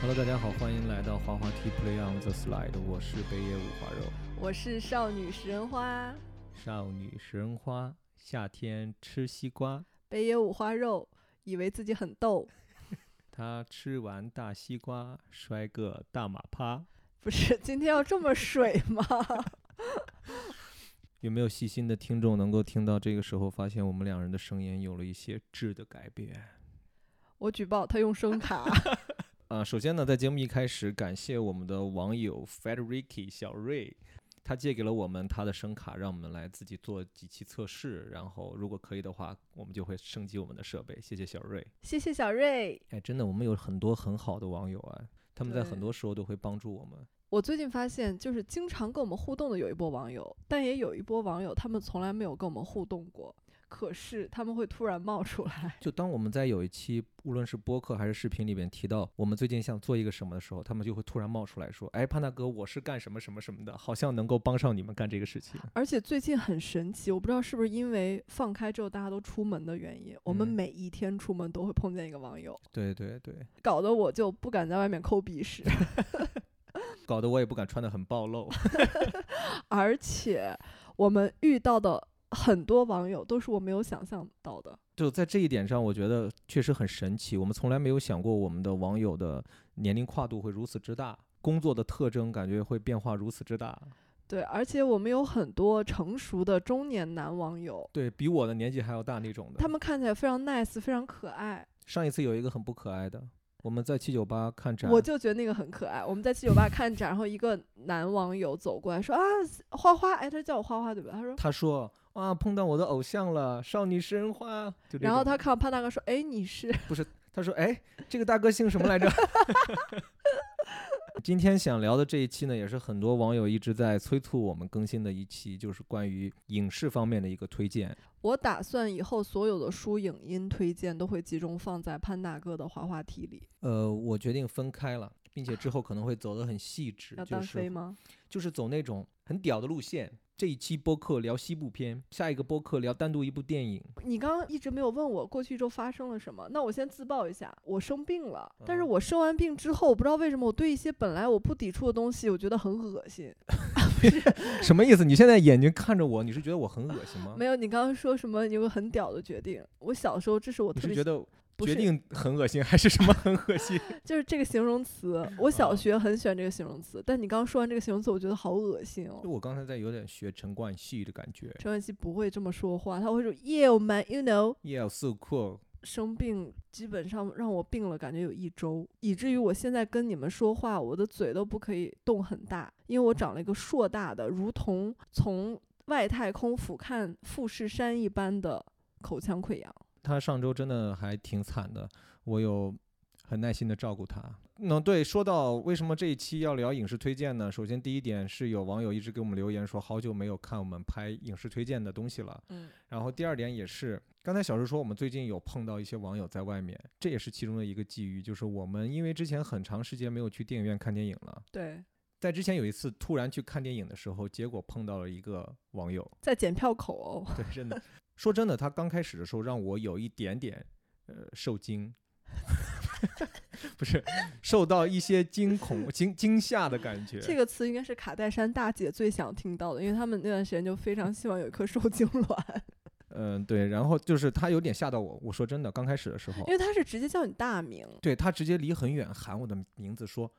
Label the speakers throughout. Speaker 1: Hello，大家好，欢迎来到滑滑梯 Play on the Slide，我是北野五花肉。
Speaker 2: 我是少女食人花，
Speaker 1: 少女食人花，夏天吃西瓜。
Speaker 2: 北野五花肉，以为自己很逗，
Speaker 1: 她吃完大西瓜摔个大马趴。
Speaker 2: 不是？今天要这么水吗？
Speaker 1: 有没有细心的听众能够听到这个时候，发现我们两人的声音有了一些质的改变？
Speaker 2: 我举报他用声卡，
Speaker 1: 啊，首先呢，在节目一开始，感谢我们的网友 Federici 小瑞，他借给了我们他的声卡，让我们来自己做几期测试，然后如果可以的话，我们就会升级我们的设备。谢谢小瑞。
Speaker 2: 谢谢小瑞。
Speaker 1: 哎，真的，我们有很多很好的网友啊，他们在很
Speaker 2: 对
Speaker 1: 多时候都会帮助我们。
Speaker 2: 我最近发现，就是经常跟我们互动的有一波网友，但也有一波网友他们从来没有跟我们互动过，可是他们会突然冒出来。
Speaker 1: 就当我们在有一期无论是播客还是视频里面提到我们最近想做一个什么的时候，他们就会突然冒出来说：“哎，潘大哥，我是干什么什么什么的，好像能够帮上你们干这个事情。”
Speaker 2: 而且最近很神奇，我不知道是不是因为放开之后大家都出门的原因，我们
Speaker 1: 嗯
Speaker 2: 每一天出门都会碰见一个网友，
Speaker 1: 对对对，
Speaker 2: 搞得我就不敢在外面抠鼻屎。
Speaker 1: 搞得我也不敢穿得很暴露。
Speaker 2: 而且我们遇到的很多网友都是我没有想象到的。
Speaker 1: 就在这一点上，我觉得确实很神奇。我们从来没有想过我们的网友的年龄跨度会如此之大，工作的特征感觉会变化如此之大。
Speaker 2: 对，而且我们有很多成熟的中年男网友，
Speaker 1: 对比我的年纪还要大那种的。
Speaker 2: 他们看起来非常 nice，非常可爱。
Speaker 1: 上一次有一个很不可爱的，我们在七九八看展，
Speaker 2: 我就觉得那个很可爱。我们在七九八看展，然后一个男网友走过来说：“啊，花花，哎，他叫我花花对吧？”他说，
Speaker 1: 他说啊，碰到我的偶像了，少女食人花。就这
Speaker 2: 然后
Speaker 1: 种
Speaker 2: 他看到潘大哥说：“哎，你是
Speaker 1: 他说哎，这个大哥姓什么来着？ 今天想聊的这一期呢，也是很多网友一直在催促我们更新的一期，就是关于影视方面的一个推荐。
Speaker 2: 我打算以后所有的书、影音推荐都会集中放在潘大哥的滑滑梯里。
Speaker 1: 呃，我决定分开了，并且之后可能会走得很细致，
Speaker 2: 要
Speaker 1: 就
Speaker 2: 单飞
Speaker 1: 是
Speaker 2: 吗？
Speaker 1: 就是走那种很屌的路线。这一期播客聊西部片，下一个播客聊单独一部电影。
Speaker 2: 你刚刚一直没有问我过去一周发生了什么，那我先自曝一下，我生病了。但是
Speaker 1: 嗯
Speaker 2: 我生完病之后，我不知道为什么我对一些本来我不抵触的东西，我觉得很恶心。
Speaker 1: 什么意思？你现在眼睛看着我，你是觉得我很恶心吗？
Speaker 2: 没有，你刚刚说什么？你有个很屌的决定。我小时候，这是我
Speaker 1: 你是
Speaker 2: 特别
Speaker 1: 觉
Speaker 2: 喜
Speaker 1: 得
Speaker 2: 不
Speaker 1: 决
Speaker 2: 是
Speaker 1: 定很恶心，还是什么很恶心？
Speaker 2: 就是这个形容词，我
Speaker 1: 啊
Speaker 2: 小学很喜欢这个形容词。但你刚刚说完这个形容词，我觉得好恶心哦
Speaker 1: 就。我刚才在有点学陈冠希的感觉。
Speaker 2: 陈冠希不会这么说话，他会说 “Yeah man, you know”。
Speaker 1: Yeah, so cool。
Speaker 2: 生病基本上让我病了，感觉有一周，以至于我现在跟你们说话，我的嘴都不可以动很大，因为我长了一个硕大的，如同从外太空俯瞰富士山一般的口腔溃疡。
Speaker 1: 他上周真的还挺惨的，我有很耐心的照顾他。那对，说到为什么这一期要聊影视推荐呢？首先第一点是有网友一直给我们留言说，好久没有看我们拍影视推荐的东西了。
Speaker 2: 嗯，
Speaker 1: 然后第二点也是，刚才小石说我们最近有碰到一些网友在外面，这也是其中的一个际遇，就是我们因为之前很长时间没有去电影院看电影了，
Speaker 2: 对，
Speaker 1: 在之前有一次突然去看电影的时候，结果碰到了一个网友，
Speaker 2: 在检票口哦，
Speaker 1: 对，真 的，说真的，他刚开始的时候让我有一点点呃受惊， 不是受到一些惊恐、惊惊吓的感觉。
Speaker 2: 这个词应该是卡戴珊大姐最想听到的，因为他们那段时间就非常希望有一颗受精卵，
Speaker 1: 嗯、对，然后就是他有点吓到我。我说真的，刚开始的时候
Speaker 2: 因，为他是直接叫你大名，
Speaker 1: 对他直接离很远喊我的名字说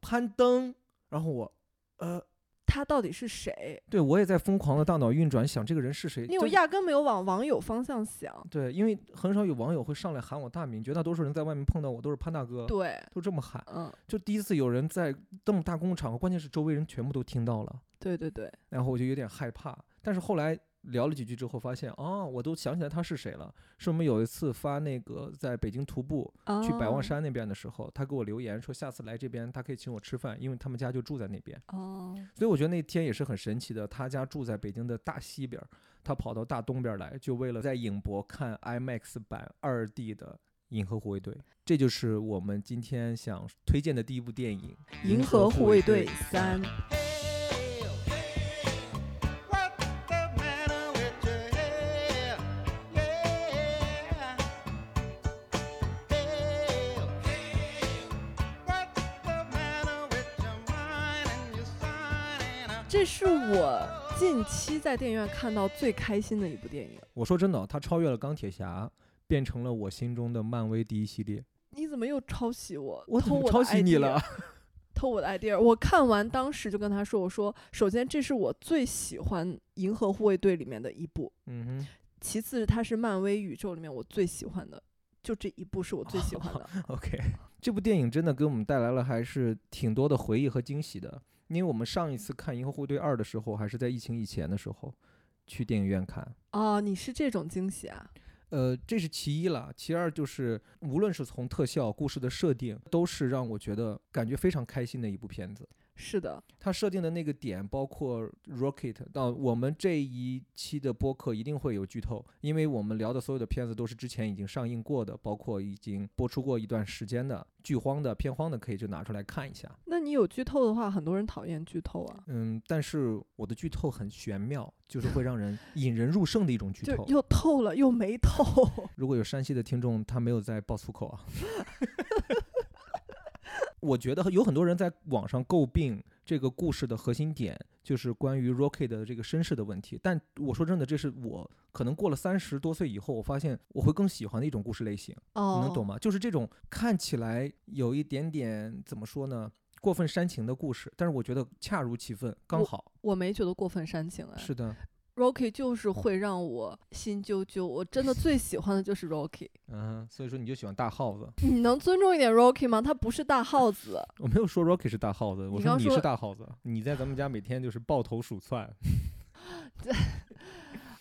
Speaker 1: 攀登，然后我呃，
Speaker 2: 他到底是谁？
Speaker 1: 对我也在疯狂的大脑运转想这个人是谁，
Speaker 2: 因为我
Speaker 1: 就
Speaker 2: 压根没有往网友方向想，
Speaker 1: 对，因为很少有网友会上来喊我大名，绝大多数人在外面碰到我都是潘大哥，
Speaker 2: 对，
Speaker 1: 都这么喊。
Speaker 2: 嗯，
Speaker 1: 就第一次有人在这么大公共场合，关键是周围人全部都听到了，
Speaker 2: 对对对。
Speaker 1: 然后我就有点害怕。但是后来聊了几句之后，发现哦，我都想起来他是谁了。是我们有一次发那个在北京徒步去百望
Speaker 2: 哦
Speaker 1: 山那边的时候，他给我留言说下次来这边他可以请我吃饭，因为他们家就住在那边。
Speaker 2: 哦，
Speaker 1: 所以我觉得那天也是很神奇的，他家住在北京的大西边儿，他跑到大东边儿来，就为了在影博看 IMAX 版二 D 的。银河护卫队，这就是我们今天想推荐的第一部电影《
Speaker 2: 《银河护卫队 三》
Speaker 3: What's the matter with your head? Yeah. Hey, what's
Speaker 2: 这是我近期在电影院看到最开心的一部电影。
Speaker 1: 我说真的，啊它超越了钢铁侠，变成了我心中的漫威第一系列。
Speaker 2: 你怎么又抄袭我？
Speaker 1: 我怎
Speaker 2: 偷
Speaker 1: 么
Speaker 2: 我
Speaker 1: 抄
Speaker 2: 的
Speaker 1: 袭你
Speaker 2: idea
Speaker 1: 了？
Speaker 2: 偷我的 idea。我看完当时就跟他说：“我说，首先这是我最喜欢《银河护卫队》里面的一部，
Speaker 1: 嗯
Speaker 2: 其次它是漫威宇宙里面我最喜欢的，就这一部是我最喜 欢的。
Speaker 1: 哼，OK，这部电影真的给我们带来了还是挺多的回忆和惊喜的，因为我们上一次看《银河护卫队二》的时候，还是在疫情以前的时候去电影院看。
Speaker 2: 哦，你是这种惊喜啊？
Speaker 1: 呃，这是其一啦，其二就是无论是从特效、故事的设定，都是让我觉得感觉非常开心的一部片子。
Speaker 2: 是的，
Speaker 1: 它设定的那个点包括 Rocket，到我们这一期的播客一定会有剧透，因为我们聊的所有的片子都是之前已经上映过的，包括已经播出过一段时间的剧荒的、片荒的，可以就拿出来看一下。
Speaker 2: 那你有剧透的话，很多人讨厌剧透啊，
Speaker 1: 嗯，但是我的剧透很玄妙，就是会让人引人入胜的一种剧
Speaker 2: 就
Speaker 1: 透。
Speaker 2: 又透了又 没透。
Speaker 1: 如果有山西的听众，他没有在爆粗口啊。 我觉得有很多人在网上诟病这个故事的核心点，就是关于 Rocky 的这个身世的问题。但我说真的，这是我可能过了三十多岁以后，我发现我会更喜欢的一种故事类型。
Speaker 2: 哦，
Speaker 1: 你能懂？吗？就是这种看起来有一点点怎么说呢，过分煽情的故事，但是我觉得恰如其分，刚好。
Speaker 2: 我没觉得过分煽情哎。
Speaker 1: 是的，
Speaker 2: Rocky 就是会让我心揪揪，我真的最喜欢的就是 Rocky。
Speaker 1: 嗯，所以说你就喜欢大耗子。
Speaker 2: 你能尊重一点 Rocky 吗？他不是大耗子。
Speaker 1: 我没有说 Rocky 是大耗子，我
Speaker 2: 你
Speaker 1: 说
Speaker 2: 刚
Speaker 1: 你
Speaker 2: 说
Speaker 1: 是大耗子，你在咱们家每天就是抱头鼠窜。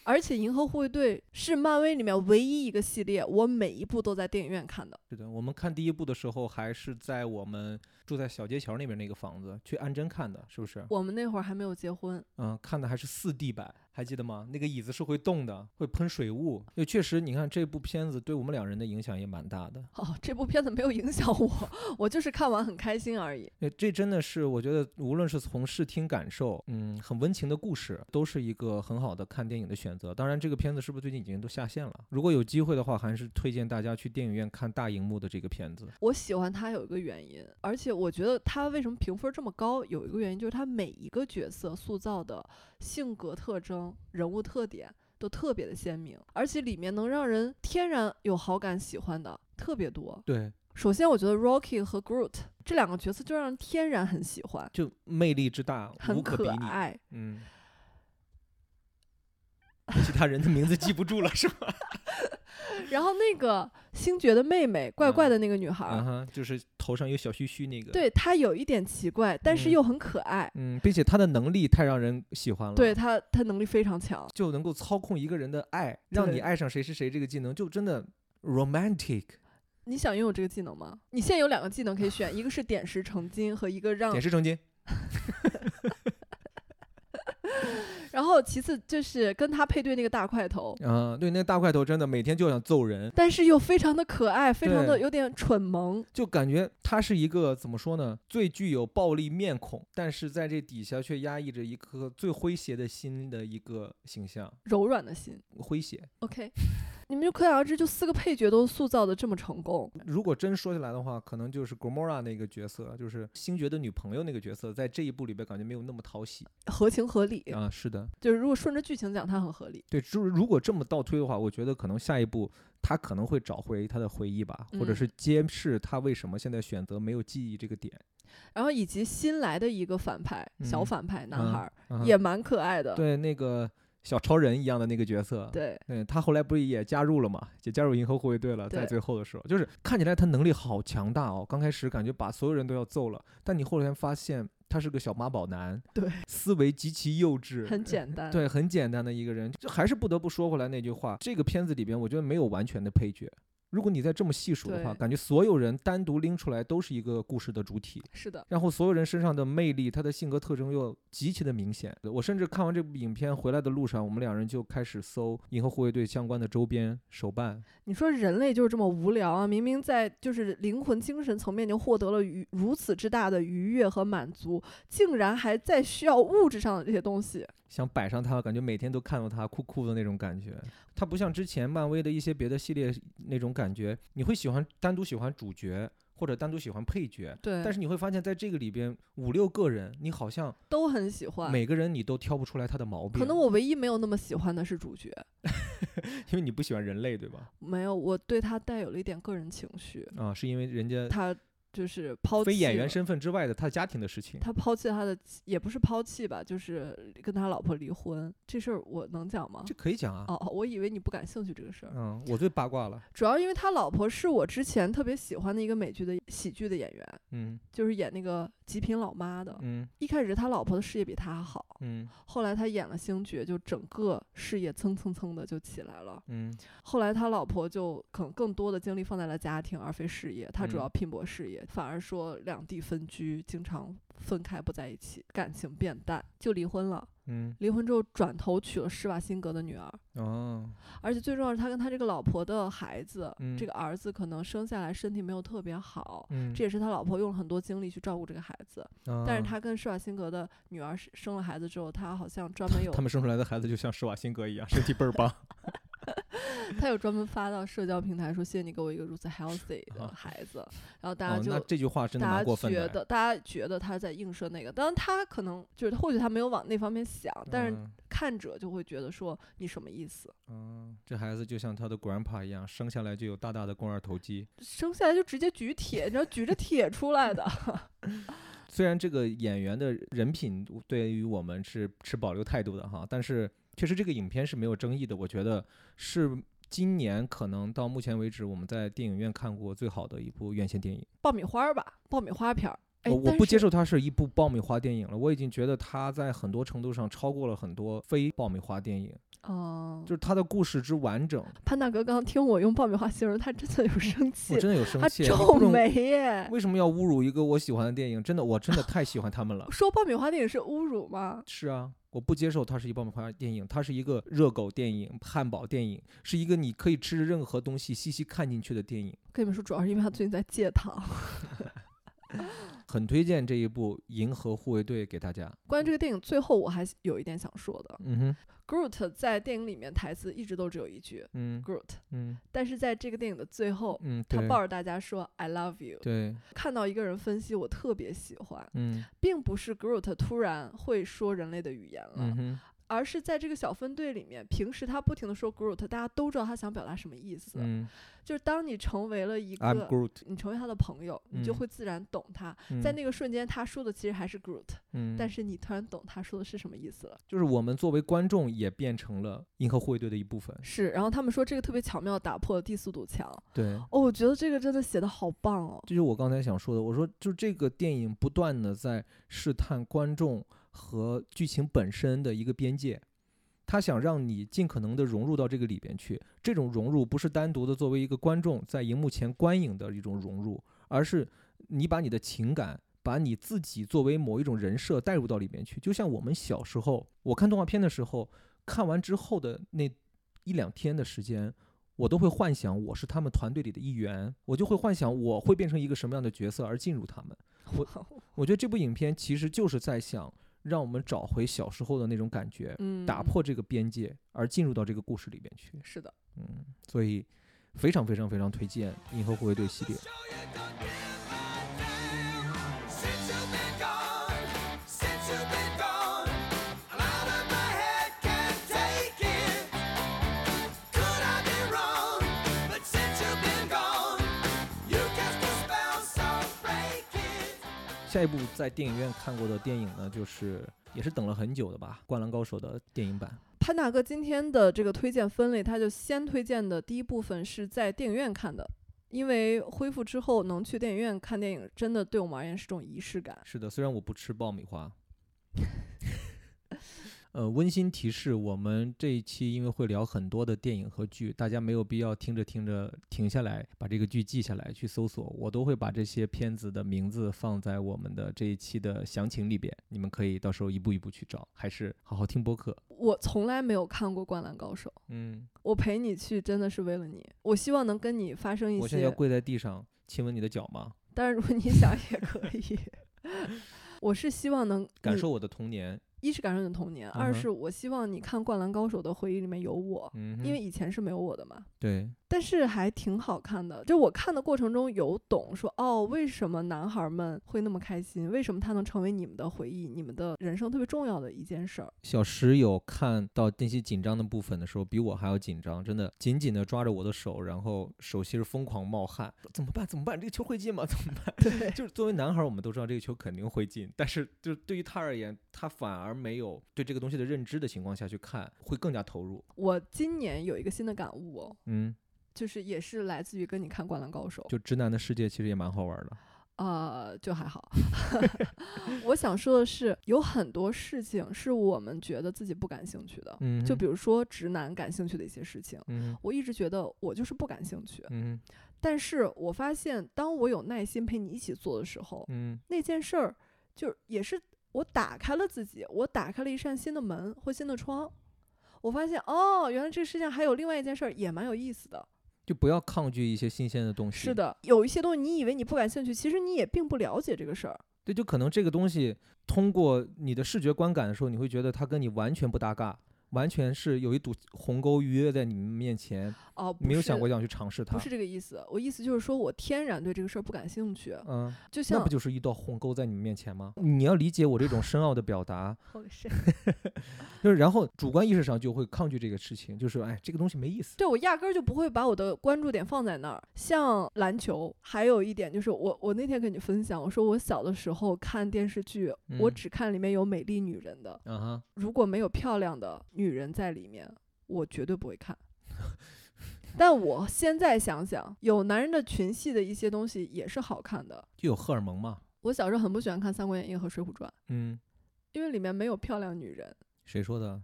Speaker 2: 而且《银河护卫队》是漫威里面唯一一个系列，我每一部都在电影院看的。
Speaker 1: 是的，我们看第一部的时候还是在我们住在小街桥那边那个房子去安贞看的，是不是？
Speaker 2: 我们那会儿还没有结婚，
Speaker 1: 嗯，看的还是四 D 版，还记得吗？那个椅子是会动的，会喷水雾。也确实，你看这部片子对我们两人的影响也蛮大的。
Speaker 2: 哦，这部片子没有影响我，我就是看完很开心而已。
Speaker 1: 呃，这真的是我觉得，无论是从视听感受，嗯，很温情的故事，都是一个很好的看电影的选择。当然，这个片子是不是最近已经都下线了？如果有机会的话，还是推荐大家去电影院看大荧幕的这个片子。
Speaker 2: 我喜欢他有一个原因，而且我觉得他为什么评分这么高，有一个原因就是他每一个角色塑造的性格特征、人物特点都特别的鲜明，而且里面能让人天然有好感、喜欢的特别多。
Speaker 1: 对，
Speaker 2: 首先，我觉得 Rocky 和 Groot 这两个角色就让人天然很喜欢，
Speaker 1: 就魅力之大，无
Speaker 2: 很
Speaker 1: 可比
Speaker 2: 可
Speaker 1: 拟。
Speaker 2: 爱。
Speaker 1: 嗯，其他人的名字记不住了是吧？
Speaker 2: 然后那个星爵的妹妹，怪怪的那个女孩儿，
Speaker 1: 啊哈，就是头上有小须须那个。，
Speaker 2: 对她有一点奇怪，但是
Speaker 1: 嗯
Speaker 2: 又很可爱。
Speaker 1: 嗯，并且他的能力太让人喜欢了。
Speaker 2: 对。她，她能力非常强。
Speaker 1: 就能够操控一个人的爱，让你
Speaker 2: 对
Speaker 1: 爱上谁是谁，这个技能就真的 romantic。
Speaker 2: 你想拥有这个技能吗？你现在有两个技能可 以选，一个是点石成金和一个让
Speaker 1: 点，石成金，
Speaker 2: 然后其次就是跟她配对那个大块头，
Speaker 1: 啊，对，那大块头真的每天就想揍人，
Speaker 2: 但是又非常的可爱，非常的
Speaker 1: 对
Speaker 2: 有点蠢萌。
Speaker 1: 就感觉他是一个怎么说呢，最具有暴力面孔，但是在这底下却压抑着一颗最诙谐的心的一个形象，
Speaker 2: 柔软的心
Speaker 1: 诙谐。
Speaker 2: ，OK，你 们就可想而知，就四个配角都塑造的这么成功，
Speaker 1: 如果真说起来的话，可能就是 Gomora 那个角色，就是星爵的女朋友那个角色，在这一部里边感觉没有那么讨喜
Speaker 2: 合情合理。
Speaker 1: 啊。是的，
Speaker 2: 就是如果顺着剧情讲，它很合理。
Speaker 1: 对，就是如果这么倒推的话，我觉得可能下一步他可能会找回他的回忆吧，或者
Speaker 2: 嗯
Speaker 1: 是揭示他为什么现在选择没有记忆这个点。
Speaker 2: 然后以及新来的一个反派，小
Speaker 1: 嗯
Speaker 2: 反派
Speaker 1: 嗯
Speaker 2: 男孩儿、
Speaker 1: 啊
Speaker 2: 也蛮可爱的。
Speaker 1: 对那个小超人一样的那个角色，
Speaker 2: 对
Speaker 1: 对他后来不是也加入了嘛，也加入银河护卫队了，在
Speaker 2: 对
Speaker 1: 最后的时候，就是看起来他能力好强大哦，刚开始感觉把所有人都要揍了，但你后来发现他是个小妈宝男，
Speaker 2: 对，
Speaker 1: 思维极其幼稚，
Speaker 2: 很简单。
Speaker 1: 对，很简单的一个人，就还是不得不说回来那句话，这个片子里边我觉得没有完全的配角。如果你再这么细数的话，
Speaker 2: 对
Speaker 1: 感觉所有人单独拎出来都是一个故事的主体，
Speaker 2: 是的，
Speaker 1: 然后所有人身上的魅力，他的性格特征又极其的明显。我甚至看完这部影片回来的路上，我们两人就开始搜《银河护卫队》相关的周边手办。
Speaker 2: 你说人类就是这么无聊啊！明明在就是灵魂、精神层面已经获得了愉如此之大的愉悦和满足，竟然还在需要物质上的这些东西。
Speaker 1: 想摆上它，感觉每天都看到它，酷酷的那种感觉。它不像之前漫威的一些别的系列那种感觉，你会喜欢单独喜欢主角，或者单独喜欢配角。
Speaker 2: 对，
Speaker 1: 但是你会发现在这个里边五六个人，你好像
Speaker 2: 都很喜欢。
Speaker 1: 每个人你都挑不出来他的毛病，
Speaker 2: 可能我唯一没有那么喜欢的是主角，
Speaker 1: 因为你不喜欢人类，对吧？
Speaker 2: 没有，我对他带有了一点个人情绪。
Speaker 1: 啊，是因为人家
Speaker 2: 他就是抛弃
Speaker 1: 非演员
Speaker 2: 了
Speaker 1: 身份之外的他的家庭的事情。
Speaker 2: 他抛弃了他的妻，也不是抛弃吧，就是跟他老婆离婚这事儿，我能讲吗
Speaker 1: 这？可以讲啊。
Speaker 2: 哦，哦我以为你不感兴趣这个事儿，
Speaker 1: 嗯，我最八卦了。
Speaker 2: 主要因为他老婆是我之前特别喜欢的一个美剧的喜剧的演员，
Speaker 1: 嗯
Speaker 2: 就是演那个《极品老妈》的。
Speaker 1: 嗯
Speaker 2: 一开始他老婆的事业比他好，
Speaker 1: 嗯
Speaker 2: 后来他演了星爵，就整个事业蹭蹭蹭的就起来了。
Speaker 1: 嗯
Speaker 2: 后来他老婆就可能更多的精力放在了家庭，而非事业。他主
Speaker 1: 嗯
Speaker 2: 要拼搏事业，反而说两地分居，经常分开不在一起，感情变淡，就离婚了。
Speaker 1: 嗯，
Speaker 2: 离婚之后转头娶了施瓦辛格的女儿，
Speaker 1: 哦，
Speaker 2: 而且最重要是他跟他这个老婆的孩子，
Speaker 1: 嗯
Speaker 2: 这个儿子可能生下来身体没有特别好。
Speaker 1: 嗯，
Speaker 2: 这也是他老婆用了很多精力去照顾这个孩子，
Speaker 1: 啊，
Speaker 2: 但是他跟施瓦辛格的女儿生生了孩子之后，他好像专门有
Speaker 1: 他们生出来的孩子就像施瓦辛格一样， 身体倍儿棒。
Speaker 2: 他有专门发到社交平台说：“谢谢你给我一个如此 healthy 的孩子。然后 大家
Speaker 1: 啊哦，
Speaker 2: 就、
Speaker 1: 那这句话真的
Speaker 2: 大
Speaker 1: 蛮
Speaker 2: 家
Speaker 1: 过分
Speaker 2: 觉
Speaker 1: 的
Speaker 2: 得
Speaker 1: 哎。
Speaker 2: 大家觉得他在映射那个，当然他可能就是或许他没有往那方面想，但是
Speaker 1: 嗯
Speaker 2: 看者就会觉得说你什么意思？
Speaker 1: 嗯，这孩子就像他的 grandpa 一样，生下来就有大大的肱二头肌。
Speaker 2: 生下来就直接举铁，你知道举着铁出来的，
Speaker 1: 虽然这个演员的人品对于我们是持保留态度的哈，但是确实这个影片是没有争议的，我觉得是今年可能到目前为止我们在电影院看过最好的一部院线电影。
Speaker 2: 爆米花儿吧，爆米花片儿。哎，
Speaker 1: 我我
Speaker 2: 但
Speaker 1: 不接
Speaker 2: 是
Speaker 1: 受它是一部爆米花电影了，我已经觉得它在很多程度上超过了很多非爆米花电影，
Speaker 2: 哦，
Speaker 1: 就是它的故事之完整，
Speaker 2: 潘大哥刚刚听我用爆米花形容，他真的有生
Speaker 1: 嗯
Speaker 2: 气
Speaker 1: 我，真的有生
Speaker 2: 他
Speaker 1: 气，你不
Speaker 2: 皱
Speaker 1: 懂
Speaker 2: 眉耶。。
Speaker 1: 为什么要侮辱一个我喜欢的电影？真的，我真的太喜欢他们了
Speaker 2: 说爆米花电影是侮辱吗？
Speaker 1: 是啊，我不接受它是一爆米花电影，它是一个热狗电影、汉堡电影，是一个你可以吃任何东西细细看进去的电影。
Speaker 2: 跟你们说，主要是因为他最近在戒糖。
Speaker 1: 很推荐这一部《银河护卫队》给大家。
Speaker 2: 关于这个电影，最后我还是有一点想说的。
Speaker 1: 嗯哼，
Speaker 2: Groot 在电影里面台词一直都只有一句
Speaker 1: 嗯
Speaker 2: Groot，
Speaker 1: 嗯
Speaker 2: 但是在这个电影的最后，
Speaker 1: 嗯，
Speaker 2: 他
Speaker 1: 对
Speaker 2: 抱着大家说 I love you。
Speaker 1: 对，
Speaker 2: 看到一个人分析，我特别喜欢，
Speaker 1: 嗯
Speaker 2: 并不是 Groot 突然会说人类的语言了，
Speaker 1: 嗯哼
Speaker 2: 而是在这个小分队里面，平时他不停的说 Groot，大家都知道他想表达什么意思。
Speaker 1: 嗯
Speaker 2: 就是当你成为呃了一
Speaker 1: ，I'm
Speaker 2: 个。
Speaker 1: Groot
Speaker 2: 你成为他的朋友，你就
Speaker 1: 嗯
Speaker 2: 会自然懂他。
Speaker 1: 嗯。
Speaker 2: 在那个瞬间，他说的其实还是 Groot，、
Speaker 1: 嗯，
Speaker 2: 但是你突然懂他说的是什么意思了。
Speaker 1: 就是我们作为观众也变成了银河护卫队的一部分。
Speaker 2: 是，然后他们说这个特别巧妙地打破了第四堵墙。
Speaker 1: 对，
Speaker 2: 哦，我觉得这个真的写的好棒哦。
Speaker 1: 这就是我刚才想说的。我说，就这个电影不断的在试探观众和剧情本身的一个边界，他想让你尽可能的融入到这个里边去。这种融入不是单独的作为一个观众在荧幕前观影的一种融入，而是你把你的情感。把你自己作为某一种人设带入到里面去，就像我们小时候，我看动画片的时候，看完之后的那一两天的时间，我都会幻想我是他们团队里的一员，我就会幻想我会变成一个什么样的角色而进入他们。我我觉得这部影片其实就是在想让我们找回小时候的那种感觉，
Speaker 2: 嗯，
Speaker 1: 打破这个边界，而进入到这个故事里边去。
Speaker 2: 是的，
Speaker 1: 嗯，所以非常非常非常推荐《银河护卫队》系列。
Speaker 3: Since you've been gone, since you've been gone, a lot of my head can't take it. Could I be wrong? But since you've been gone, you cast a spell so breaking.
Speaker 1: 下一部在电影院看过的电影呢，就是也是等了很久的吧，《灌篮高手》的电影版。
Speaker 2: 潘大哥今天的这个推荐分类，他就先推荐的第一部分是在电影院看的，因为恢复之后能去电影院看电影，真的对我们而言是种仪式感。
Speaker 1: 是的，虽然我不吃爆米花。呃，温馨提示：我们这一期因为会聊很多的电影和剧，大家没有必要听着听着停下来，把这个剧记下来去搜索。我都会把这些片子的名字放在我们的这一期的详情里边，你们可以到时候一步一步去找，还是好好听播客。
Speaker 2: 我从来没有看过《灌篮高手》，
Speaker 1: 嗯，
Speaker 2: 我陪你去真的是为了你，我希望能跟你发生一
Speaker 1: 我现在要
Speaker 2: 些，
Speaker 1: 跪在地上亲吻你的脚吗？
Speaker 2: 但是如果你想也可以。 我是希望能
Speaker 1: 感
Speaker 2: 你
Speaker 1: 受我的童年。
Speaker 2: 一是感受你的童年，二
Speaker 1: 嗯哼
Speaker 2: 是我希望你看《灌篮高手》的回忆里面有我，
Speaker 1: 嗯哼，
Speaker 2: 因为以前是没有我的嘛。
Speaker 1: 对
Speaker 2: 但是还挺好看的。就我看的过程中有懂说，哦，为什么男孩们会那么开心？为什么他能成为你们的回忆、你们的人生特别重要的一件事儿？
Speaker 1: 小石有看到那些紧张的部分的时候，比我还要紧张，真的紧紧地抓着我的手，然后手心儿疯狂冒汗，说怎么办？怎么办？这个球会进吗？怎 么办？
Speaker 2: 对，
Speaker 1: 就是作为男孩儿，我们都知道这个球肯定会进，但是就是对于他而言，他反而没有对这个东西的认知的情况下去看，会更加投入。
Speaker 2: 我今年有一个新的感悟哦，
Speaker 1: 嗯，
Speaker 2: 就是也是来自于跟你看《灌篮高手》。
Speaker 1: 就直男的世界其实也蛮好玩的。
Speaker 2: 呃，就还好。 我想说的是，有很多事情是我们觉得自己不感兴趣的，
Speaker 1: 嗯哼，
Speaker 2: 就比如说直男感兴趣的一些事情，
Speaker 1: 嗯哼
Speaker 2: 我一直觉得我就是不感兴趣。
Speaker 1: 嗯哼
Speaker 2: 但是我发现，当我有耐心陪你一起做的时候，
Speaker 1: 嗯
Speaker 2: 那件事儿就也是我打开了自己，我打开了一扇新的门或新的窗。我发现哦，原来这个世界上还有另外一件事儿也蛮有意思的。
Speaker 1: 就不要抗拒一些新鲜的东西。
Speaker 2: 是，的，有一些东西你以为你不感兴趣，其实你也并不了解这个事儿。
Speaker 1: 对，就可能这个东西通过你的视觉观感的时候，你会觉得它跟你完全不搭嘎，完全是有一堵鸿沟约在你们面前，
Speaker 2: 哦，不
Speaker 1: 没有
Speaker 2: 是
Speaker 1: 想过想去尝试它。
Speaker 2: 不是这个意思，我意思就是说我天然对这个事儿不感兴趣，
Speaker 1: 嗯，
Speaker 2: 就像嗯
Speaker 1: 那不就是一道鸿沟在你们面前吗？你要理解我这种深奥的表达，
Speaker 2: 好个神
Speaker 1: 就是然后主观意识上就会抗拒这个事情，就是说哎，这个东西没意思。
Speaker 2: 对我压根儿就不会把我的关注点放在那儿。像篮球，还有一点就是我我那天跟你分享，我说我小的时候看电视剧，我
Speaker 1: 嗯
Speaker 2: 只看里面有美丽女人的，
Speaker 1: 啊哈，
Speaker 2: 如果没有漂亮的女人在里面，我绝对不 会看。但我现在想想，有男人的群戏的一些东西也是好看的。
Speaker 1: 就有荷尔蒙嘛。
Speaker 2: 我小时候很不喜欢看《三国演义》和《水浒传》，
Speaker 1: 嗯，
Speaker 2: 因为里面没有漂亮女人。
Speaker 1: 谁说的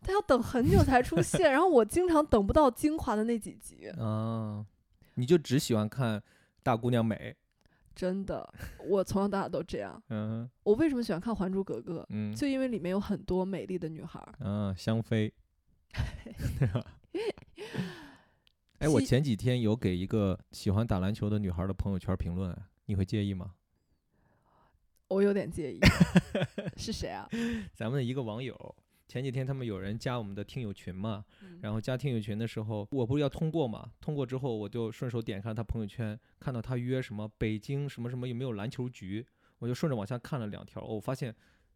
Speaker 2: 他要等很久才出现，然后我经常等不到精华的那几 集，
Speaker 1: 啊？你就只喜欢看大姑娘美。
Speaker 2: 真的，我从小到大都这样。
Speaker 1: 嗯
Speaker 2: 我为什么喜欢看《还珠格格》？
Speaker 1: 嗯
Speaker 2: 就因为里面有很多美丽的女孩儿。
Speaker 1: 啊，香 妃，对吧？哎，我
Speaker 2: 西
Speaker 1: 前几天有给一个喜欢打篮球的女孩的朋友圈评论，啊你会介意吗？
Speaker 2: 我有点 介意，是谁啊？
Speaker 1: 咱们的一个网友，前几天他们有人加我们的听友群嘛，
Speaker 2: 嗯
Speaker 1: 然后加听友群的时候，我不是要通过嘛？通过之后，我就顺手点开他朋友圈，看到他约什么北京什么什么有没有篮球局，我就顺着往下看了两条，哦我发现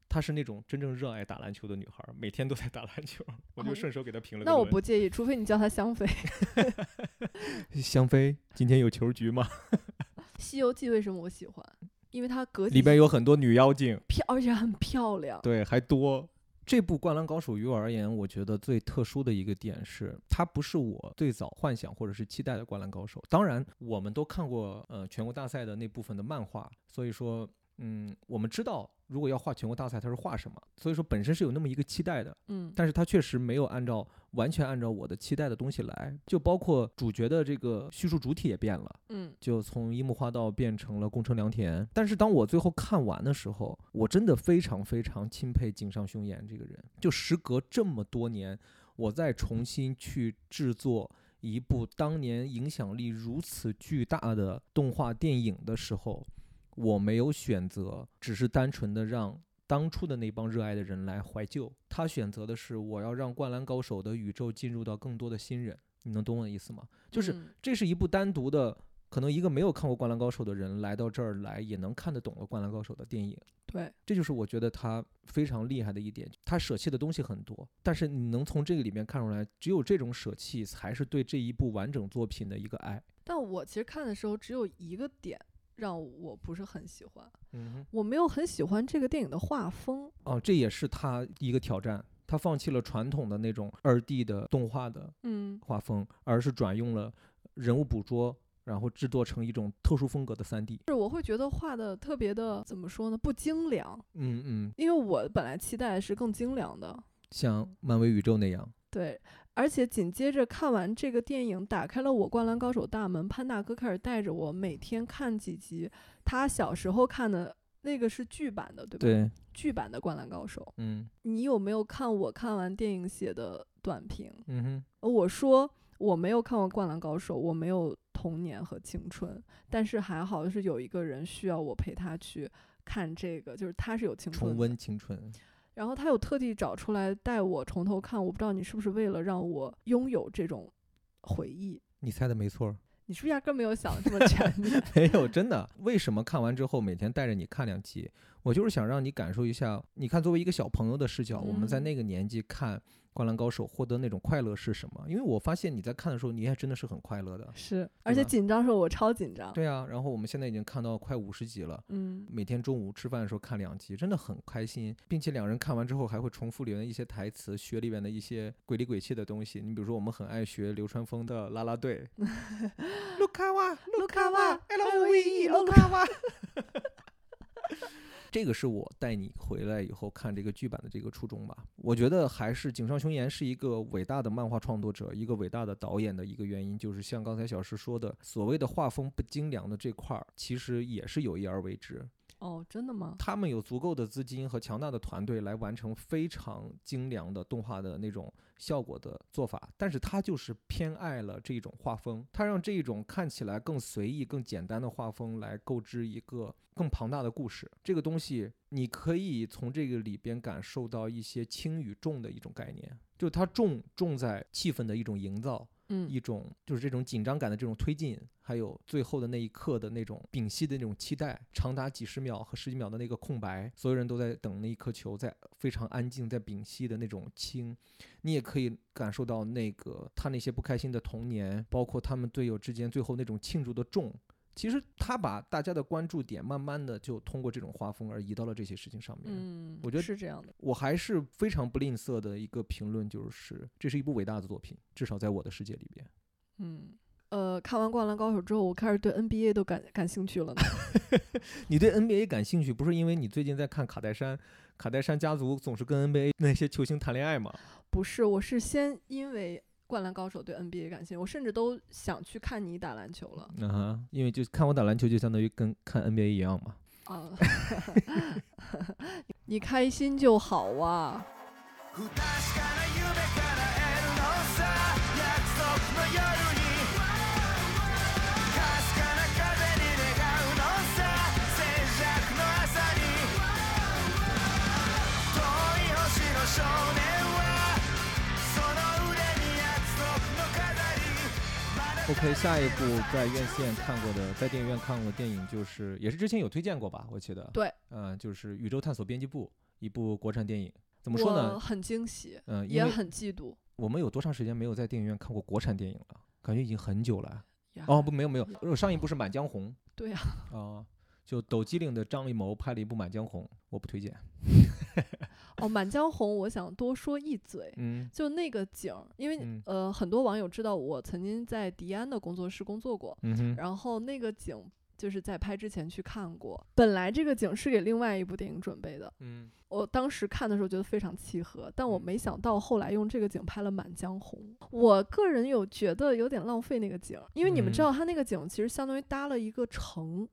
Speaker 1: 她是那种真正热爱打篮球的女孩儿，每天都在打篮球，我就
Speaker 2: 哦
Speaker 1: 顺手给她评了个
Speaker 2: 那我
Speaker 1: 论
Speaker 2: 不介意，除非你叫她香妃。《
Speaker 1: 香妃今天有球局吗？
Speaker 2: 西游记》为什么我喜欢？因为它隔几
Speaker 1: 里边
Speaker 2: 集
Speaker 1: 有很多女妖精，
Speaker 2: 漂，而且很漂亮。
Speaker 1: 对，还多。这部《灌篮高手》于我而言，我觉得最特殊的一个点是，它不是我最早幻想或者是期待的《灌篮高手》。当然，我们都看过呃全国大赛的那部分的漫画，所以说，嗯，我们知道如果要画全国大赛，它是画什么，所以说本身是有那么一个期待的。
Speaker 2: 嗯，
Speaker 1: 但是它确实没有按照完全按照我的期待的东西来，就包括主角的这个叙述主体也变了。
Speaker 2: 嗯，
Speaker 1: 就从樱木花道变成了宫城良田。但是当我最后看完的时候，我真的非常非常钦佩井上雄彦这个人。就时隔这么多年，我再重新去制作一部当年影响力如此巨大的动画电影的时候，我没有选择，只是单纯的让当初的那帮热爱的人来怀旧。他选择的是，我要让《灌篮高手》的宇宙进入到更多的新人。你能懂我的意思吗？就是
Speaker 2: 嗯
Speaker 1: 这是一部单独的，可能一个没有看过《灌篮高手》的人来到这儿来也能看得懂的《灌篮高手》的电影。
Speaker 2: 对，
Speaker 1: 这就是我觉得他非常厉害的一点，他舍弃的东西很多，但是你能从这个里面看出来，只有这种舍弃才是对这一部完整作品的一个爱。
Speaker 2: 但我其实看的时候只有一个点让我不是很喜欢，
Speaker 1: 嗯哼，
Speaker 2: 我没有很喜欢这个电影的画风。
Speaker 1: 哦，这也是他一个挑战，他放弃了传统的那种二 D 的动画的
Speaker 2: 嗯
Speaker 1: 画风，而是转用了人物捕捉，然后制作成一种特殊风格的三 D。，
Speaker 2: 是我会觉得画的特别的怎么说呢？不精良，
Speaker 1: 嗯嗯，
Speaker 2: 因为我本来期待是更精良的。
Speaker 1: 像漫威宇宙那样。
Speaker 2: 对，而且紧接着看完这个电影，打开了我《灌篮高手》大门，潘大哥开始带着我每天看几集。他小时候看的那个是剧版的，对吧？
Speaker 1: 对，
Speaker 2: 剧版的《灌篮高手》，
Speaker 1: 嗯
Speaker 2: 你有没有看我看完电影写的短评？
Speaker 1: 嗯哼。
Speaker 2: 呃我说我没有看过《灌篮高手》，我没有童年和青春，但是还好就是有一个人需要我陪他去看这个，就是他是有青春
Speaker 1: 重
Speaker 2: 的
Speaker 1: 温青春。
Speaker 2: 然后他有特地找出来带我从头看，我不知道你是不是为了让我拥有这种回忆，
Speaker 1: 你猜的没错儿，
Speaker 2: 你是不是压根儿没有想这么全面？
Speaker 1: 没有，真的。为什么看完之后每天带着你看两集？我就是想让你感受一下，你看作为一个小朋友的视角，我们在
Speaker 2: 嗯
Speaker 1: 那个年纪看《灌篮高手》获得那种快乐是什么？因为我发现你在看的时候，你也真的是很快乐的。
Speaker 2: 是，
Speaker 1: 对
Speaker 2: 而且
Speaker 1: 吧
Speaker 2: 紧张的时候我超紧张。
Speaker 1: 对啊，然后我们现在已经看到快五十集了。
Speaker 2: 嗯，
Speaker 1: 每天中午吃饭的时候看两集，真的很开心，并且两人看完之后还会重复里面的一些台词，学里面的一些鬼里鬼气的东西。你比如说，我们很爱学流川枫的啦啦队，卢卡哇，卢卡哇，L
Speaker 2: L O
Speaker 1: O
Speaker 2: V
Speaker 1: V
Speaker 2: E
Speaker 1: E，卢卡哇。这个是我带你回来以后看这个剧版的这个初衷吧。我觉得还是井上雄彦是一个伟大的漫画创作者，一个伟大的导演的一个原因，就是像刚才小石说的，所谓的画风不精良的这块儿，其实也是有意而为之。
Speaker 2: 哦，真的吗？
Speaker 1: 他们有足够的资金和强大的团队来完成非常精良的动画的那种效果的做法，但是他就是偏爱了这种画风，他让这种看起来更随意、更简单的画风来构织一个更庞大的故事。这个东西你可以从这个里边感受到一些轻与重的一种概念，就是它重重在气氛的一种营造，
Speaker 2: 嗯，
Speaker 1: 一种就是这种紧张感的这种推进，还有最后的那一刻的那种屏息的那种期待，长达几十秒和十几秒的那个空白，所有人都在等那一颗球，在非常安静，在屏息的那种轻，你也可以感受到那个他那些不开心的童年，包括他们队友之间最后那种庆祝的重。其实他把大家的关注点慢慢的就通过这种画风而移到了这些事情上面。
Speaker 2: 嗯，
Speaker 1: 我觉得
Speaker 2: 是这样的。
Speaker 1: 我还是非常不吝啬的一个评论，就是这是一部伟大的作品，至少在我的世界里边。
Speaker 2: 嗯，呃，看完《灌篮高手》之后，我开始对 NBA 都感感兴趣了呢。
Speaker 1: 你对 NBA 感兴趣，不是因为你最近在看卡戴珊，卡戴珊家族总是跟 NBA 那些球星谈恋爱吗？
Speaker 2: 不是，我是先因为《灌篮高手》对 NBA 感兴趣，我甚至都想去看你打篮球了。
Speaker 1: 啊哈，因为就看我打篮球，就相当于跟看 NBA 一样嘛。
Speaker 2: 啊， 你开心就好啊。
Speaker 3: 不確かな夢から得るのさ約束の夜にかすかな風に願うのさ静寂の朝に遠い星の少年はその腕に約束の飾り
Speaker 1: OK，下一部在院线看过的，在电影院看过的电影就是，也是之前有推荐过吧？我记得。
Speaker 2: 对。
Speaker 1: 嗯、就是《宇宙探索编辑部》，一部国产电影。怎么说
Speaker 2: 我
Speaker 1: 呢？
Speaker 2: 很惊喜，
Speaker 1: 嗯、因
Speaker 2: 也
Speaker 1: 为
Speaker 2: 很嫉妒。
Speaker 1: 我们有多长时间没有在电影院看过国产电影了？感觉已经很久了。
Speaker 2: 呀嗯
Speaker 1: 哦，不，没有没有，呃上一部是《满江红》。
Speaker 2: 对呀、
Speaker 1: 啊，就抖机灵的张艺谋拍了一部《满江红》，我不推荐。
Speaker 2: 哦，《满江红》，我想多说一嘴。
Speaker 1: 嗯
Speaker 2: 就那个景儿，因为、
Speaker 1: 嗯
Speaker 2: 呃，很多网友知道我曾经在迪安的工作室工作过，
Speaker 1: 嗯哼，
Speaker 2: 然后那个景就是在拍之前去看过。本来这个景是给另外一部电影准备的，
Speaker 1: 嗯，
Speaker 2: 我当时看的时候觉得非常契合，但我
Speaker 1: 嗯
Speaker 2: 没想到后来用这个景拍了《满江红》。我个人有觉得有点浪费那个景，因为你们
Speaker 1: 嗯
Speaker 2: 知道它那个景其实相当于搭了一个城，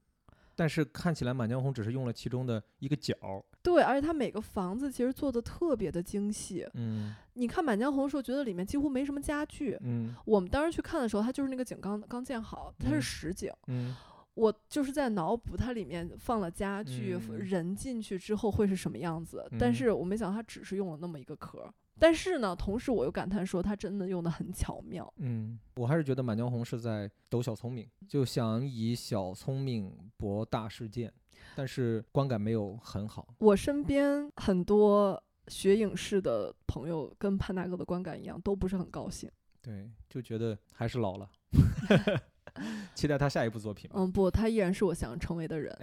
Speaker 1: 但是看起来《满江红》只是用了其中的一个角儿，
Speaker 2: 对，而且它每个房子其实做的特别的精细。
Speaker 1: 嗯
Speaker 2: 你看《满江红》的时候，觉得里面几乎没什么家具。
Speaker 1: 嗯
Speaker 2: 我们当时去看的时候，它就是那个景刚刚建好，它是
Speaker 1: 嗯
Speaker 2: 实景。
Speaker 1: 嗯
Speaker 2: 我就是在脑补它里面放了家具，
Speaker 1: 嗯
Speaker 2: 人进去之后会是什么样子。但
Speaker 1: 嗯
Speaker 2: 是我没想到它只是用了那么一个壳儿。但是呢，同时我又感叹说，它真的用的很巧妙。
Speaker 1: 嗯，我还是觉得《满江红》是在抖小聪明，就想以小聪明博大事件，但是观感没有很好。
Speaker 2: 我身边很多学影视的朋友跟潘大哥的观感一样，都不是很高兴。
Speaker 1: 对，就觉得还是 老了。期待他下一部作品吧。
Speaker 2: 嗯，不，他依然是我想成为 的人。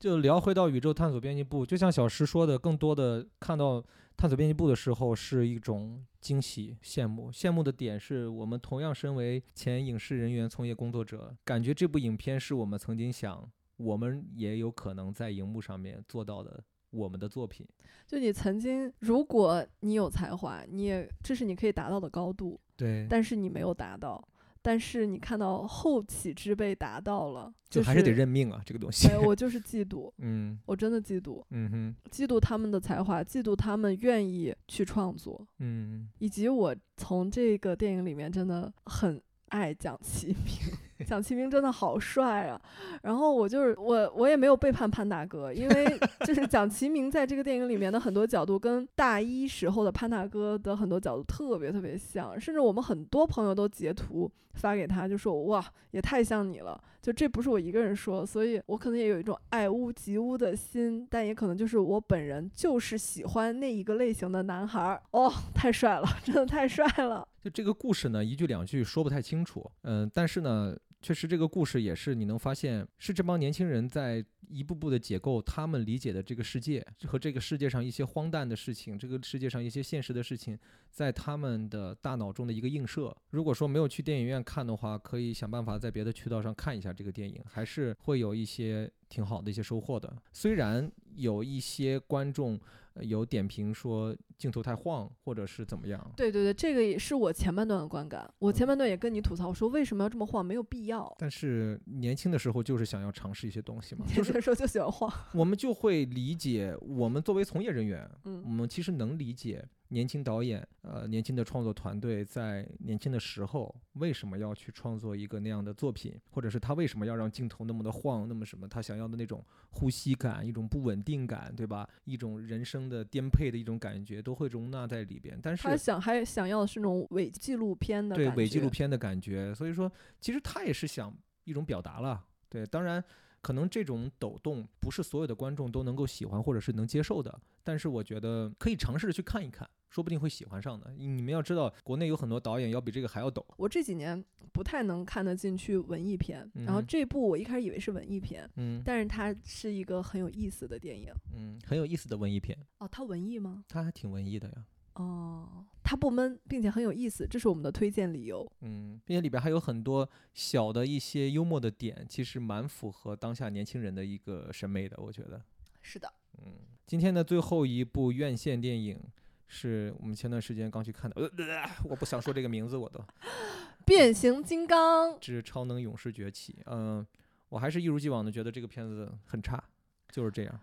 Speaker 1: 就聊回到宇宙探索编辑部，就像小石说的，更多的看到探索编辑部的时候是一种惊喜、羡慕。羡慕的点是我们同样身为前影视人员从业工作者，感觉这部影片是我们曾经想，我们也有可能在荧幕上面做到的我们的作品。
Speaker 2: 就你曾经，如果你有才华，你也这是你可以达到的高度，
Speaker 1: 对
Speaker 2: 但是你没有达到。但是你看到后起之辈达到了，
Speaker 1: 就还
Speaker 2: 是
Speaker 1: 是得认命啊，这个东西
Speaker 2: 哎，。我就是嫉妒，
Speaker 1: 嗯
Speaker 2: 我真的嫉妒，
Speaker 1: 嗯哼
Speaker 2: 嫉妒他们的才华，嫉妒他们愿意去创作，
Speaker 1: 嗯，
Speaker 2: 以及我从这个电影里面真的很爱蒋奇明。蒋奇明真的好帅啊！然后我就是我，我也没有背叛潘大哥，因为就是蒋奇明在这个电影里面的很多角度跟大一时候的潘大哥的很多角度特别特别像，甚至我们很多朋友都截图发给他，就说哇，也太像你了。就这不是我一个人说，所以我可能也有一种爱屋及乌的心，但也可能就是我本人就是喜欢那一个类型的男孩儿。哦，太帅了，真的太帅了。
Speaker 1: 就这个故事呢，一句两句说不太清楚，嗯、但是呢，确实这个故事也是你能发现，是这帮年轻人在一步步的解构他们理解的这个世界和这个世界上一些荒诞的事情，这个世界上一些现实的事情，在他们的大脑中的一个映射。如果说没有去电影院看的话，可以想办法在别的渠道上看一下这个电影，还是会有一些挺好的一些收获的。虽然有一些观众呃有点评说镜头太晃，或者是怎么样，
Speaker 2: 对对对，这个也是我前半段的观感。我前
Speaker 1: 嗯
Speaker 2: 半段也跟你吐槽，我说为什么要这么晃，没有必要。
Speaker 1: 但是年轻的时候就是想要尝试一些东西 嘛，嗯就
Speaker 2: 年轻
Speaker 1: 是
Speaker 2: 的时候就喜欢晃，
Speaker 1: 我们就会理解，我们作为从业人员，我
Speaker 2: 嗯，
Speaker 1: 们其实能理解年轻导演、呃年轻的创作团队在年轻的时候为什么要去创作一个那样的作品，或者是他为什么要让镜头那么的晃，那么什么，他想要的那种呼吸感、一种不稳定感，对吧？一种人生的颠沛的一种感觉都会容纳在里边。但是
Speaker 2: 他想还想要的是那种伪纪录片的
Speaker 1: 对
Speaker 2: 感
Speaker 1: 伪纪录
Speaker 2: 觉
Speaker 1: 片的感觉。所以说，其实他也是想一种表达了。对，当然可能这种抖动不是所有的观众都能够喜欢或者是能接受的，但是我觉得可以尝试着去看一看，说不定会喜欢上的。你们要知道，国内有很多导演要比这个还要抖。
Speaker 2: 我这几年不太能看得进去文艺片，然后
Speaker 1: 嗯哼
Speaker 2: 这部我一开始以为是文艺片，
Speaker 1: 嗯
Speaker 2: 但是它是一个很有意思的电影。
Speaker 1: 嗯，很有意思的文艺片，
Speaker 2: 哦，它文艺吗？
Speaker 1: 它还挺文艺的呀。
Speaker 2: 哦，它不闷，并且很有意思，这是我们的推荐理由。
Speaker 1: 嗯，并且里边还有很多小的一些幽默的点，其实蛮符合当下年轻人的一个审美的，我觉得。
Speaker 2: 是的，
Speaker 1: 嗯，今天的最后一部院线电影是我们前段时间刚去看的，呃，呃我不想说这个名字，我都
Speaker 2: 《变形金刚》
Speaker 1: 这是《超能勇士崛起》。嗯，我还是一如既往的觉得这个片子很差，就是这样。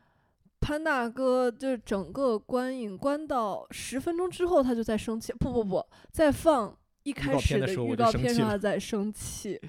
Speaker 2: 潘大哥就是整个观影观到十分钟之后，他就在生气。不不不，在放一开
Speaker 1: 告片
Speaker 2: 始
Speaker 1: 的
Speaker 2: 的
Speaker 1: 时候我
Speaker 2: 预
Speaker 1: 就
Speaker 2: 告
Speaker 1: 生
Speaker 2: 片
Speaker 1: 气
Speaker 2: 上
Speaker 1: 了
Speaker 2: 他在生气，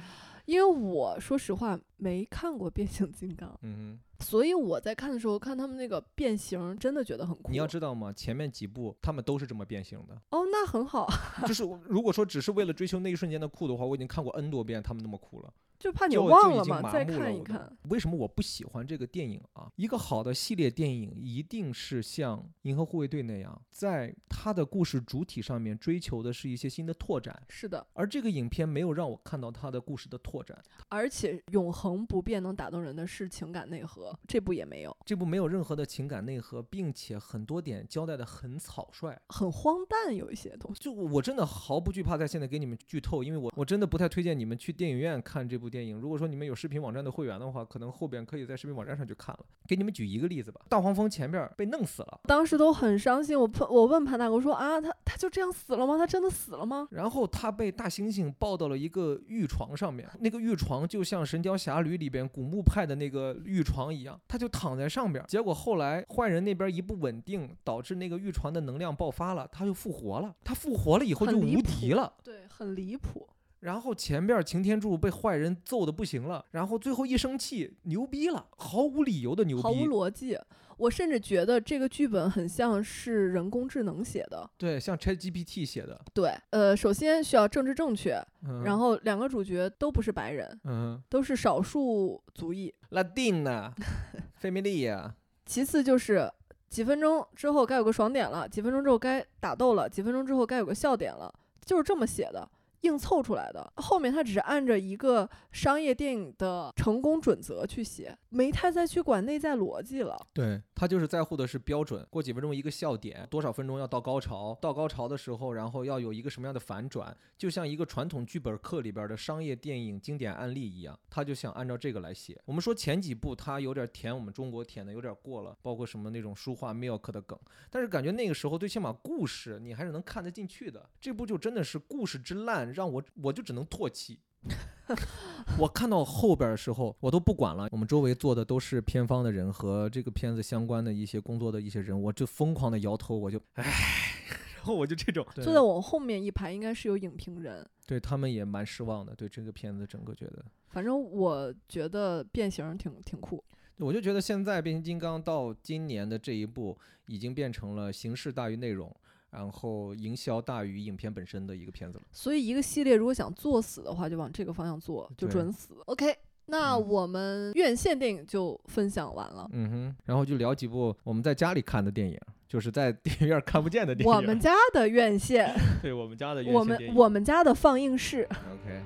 Speaker 2: 因为我说实话没看过《变形金刚
Speaker 1: 嗯》，
Speaker 2: 所以我在看的时候看他们那个变形真的觉得很酷。
Speaker 1: 哼，你要知道吗？前面几部他们都是这么变形的，
Speaker 2: 哦，那很好，
Speaker 1: 就是我如果说只是为了追求那一瞬间的酷的话，我已经看过 N 多遍他们那么酷了。
Speaker 2: 就怕你
Speaker 1: 就
Speaker 2: 忘
Speaker 1: 就已
Speaker 2: 了
Speaker 1: 经
Speaker 2: 嘛，
Speaker 1: 麻
Speaker 2: 再
Speaker 1: 木了
Speaker 2: 看
Speaker 1: 我
Speaker 2: 一
Speaker 1: 都
Speaker 2: 看。
Speaker 1: 为什么我不喜欢这个电影啊？一个好的系列电影一定是像《银河护卫队》那样，在它的故事主体上面追求的是一些新的拓展，
Speaker 2: 是的，
Speaker 1: 而这个影片没有让我看到它的故事的拓展。
Speaker 2: 而且永恒不变能打动人的是情感内核，这部也没有，
Speaker 1: 这部没有任何的情感内核，并且很多点交代的很草率。
Speaker 2: 很荒诞，有一些东西。
Speaker 1: 就我我真的毫不惧怕在现在给你们剧透，因为我我真的不太推荐你们去电影院看这部电影。如果说你们有视频网站的会员的话，可能后边可以在视频网站上去看了。给你们举一个例子吧，大黄蜂前边被弄死了。
Speaker 2: 当时都很伤心，我碰我问潘大哥说啊，他他就这样死了吗？他真的死了吗？
Speaker 1: 然后他被大猩猩抱到了一个玉床上面，那个玉床就像《神雕侠侣》里边古墓派的那个玉床一样，他就躺在上边。结果后来坏人那边一不稳定，导致那个玉床的能量爆发了，他就复活了。他复活了以后就
Speaker 2: 很离
Speaker 1: 无敌
Speaker 2: 谱
Speaker 1: 了。
Speaker 2: 对，很离谱。
Speaker 1: 然后前边擎天柱被坏人揍的不行了，然后最后一生气，牛逼了，毫无理由的牛逼，
Speaker 2: 毫无逻辑。我甚至觉得这个剧本很像是人工智能写的。
Speaker 1: 对，像 ChatGPT 写的。
Speaker 2: 对，呃，首先需要政治正确，
Speaker 1: 嗯、
Speaker 2: 然后两个主角都不是白人，
Speaker 1: 嗯
Speaker 2: 都是少数族裔。
Speaker 1: ，Latina Familia，
Speaker 2: 其次就是几分钟之后该有个爽点了，几分钟之后该打斗了，几分钟之后该有个笑点了，就是这么写的，硬凑出来的。后面他只是按着一个商业电影的成功准则去写，没太再去管内在逻辑了。
Speaker 1: 对他就是在乎的是标准，过几分钟一个笑点，多少分钟要到高潮，到高潮的时候，然后要有一个什么样的反转，就像一个传统剧本课里边的商业电影经典案例一样，他就想按照这个来写。我们说前几部他有点舔我们中国舔的有点过了，包括什么那种书画 milk 的梗，但是感觉那个时候最起码故事你还是能看得进去的，这部就真的是故事之烂，让我我就只能唾弃。 我看到后边儿的时候，我都不管了。我们周围坐的都是片方的人和这个片子相关的一些工作的一些人，我就疯狂的 摇头，我就唉，然后我就这种
Speaker 2: 坐在我后面一排应该是有影评人，
Speaker 1: 对他们也蛮失望的，对这个片子整个觉得，
Speaker 2: 反正我觉得变形儿挺挺酷，
Speaker 1: 我就觉得现在变形金刚到今年的这一步，已经变成了形式大于内容，然后营销大于影片本身的一个片子了。
Speaker 2: 所以一个系列如果想作死的话，就往这个方向做，就
Speaker 1: 对
Speaker 2: 准死。OK，那
Speaker 1: 嗯
Speaker 2: 我们院线电影就分享完了。
Speaker 1: 嗯哼，然后就聊几部我们在家里看的电影，就是在电影院看不见的电影。
Speaker 2: 我们家的院线，
Speaker 1: 对我们家的院
Speaker 2: 我
Speaker 1: 线
Speaker 2: 们
Speaker 1: 电影
Speaker 2: 我们家的放映室，
Speaker 1: OK。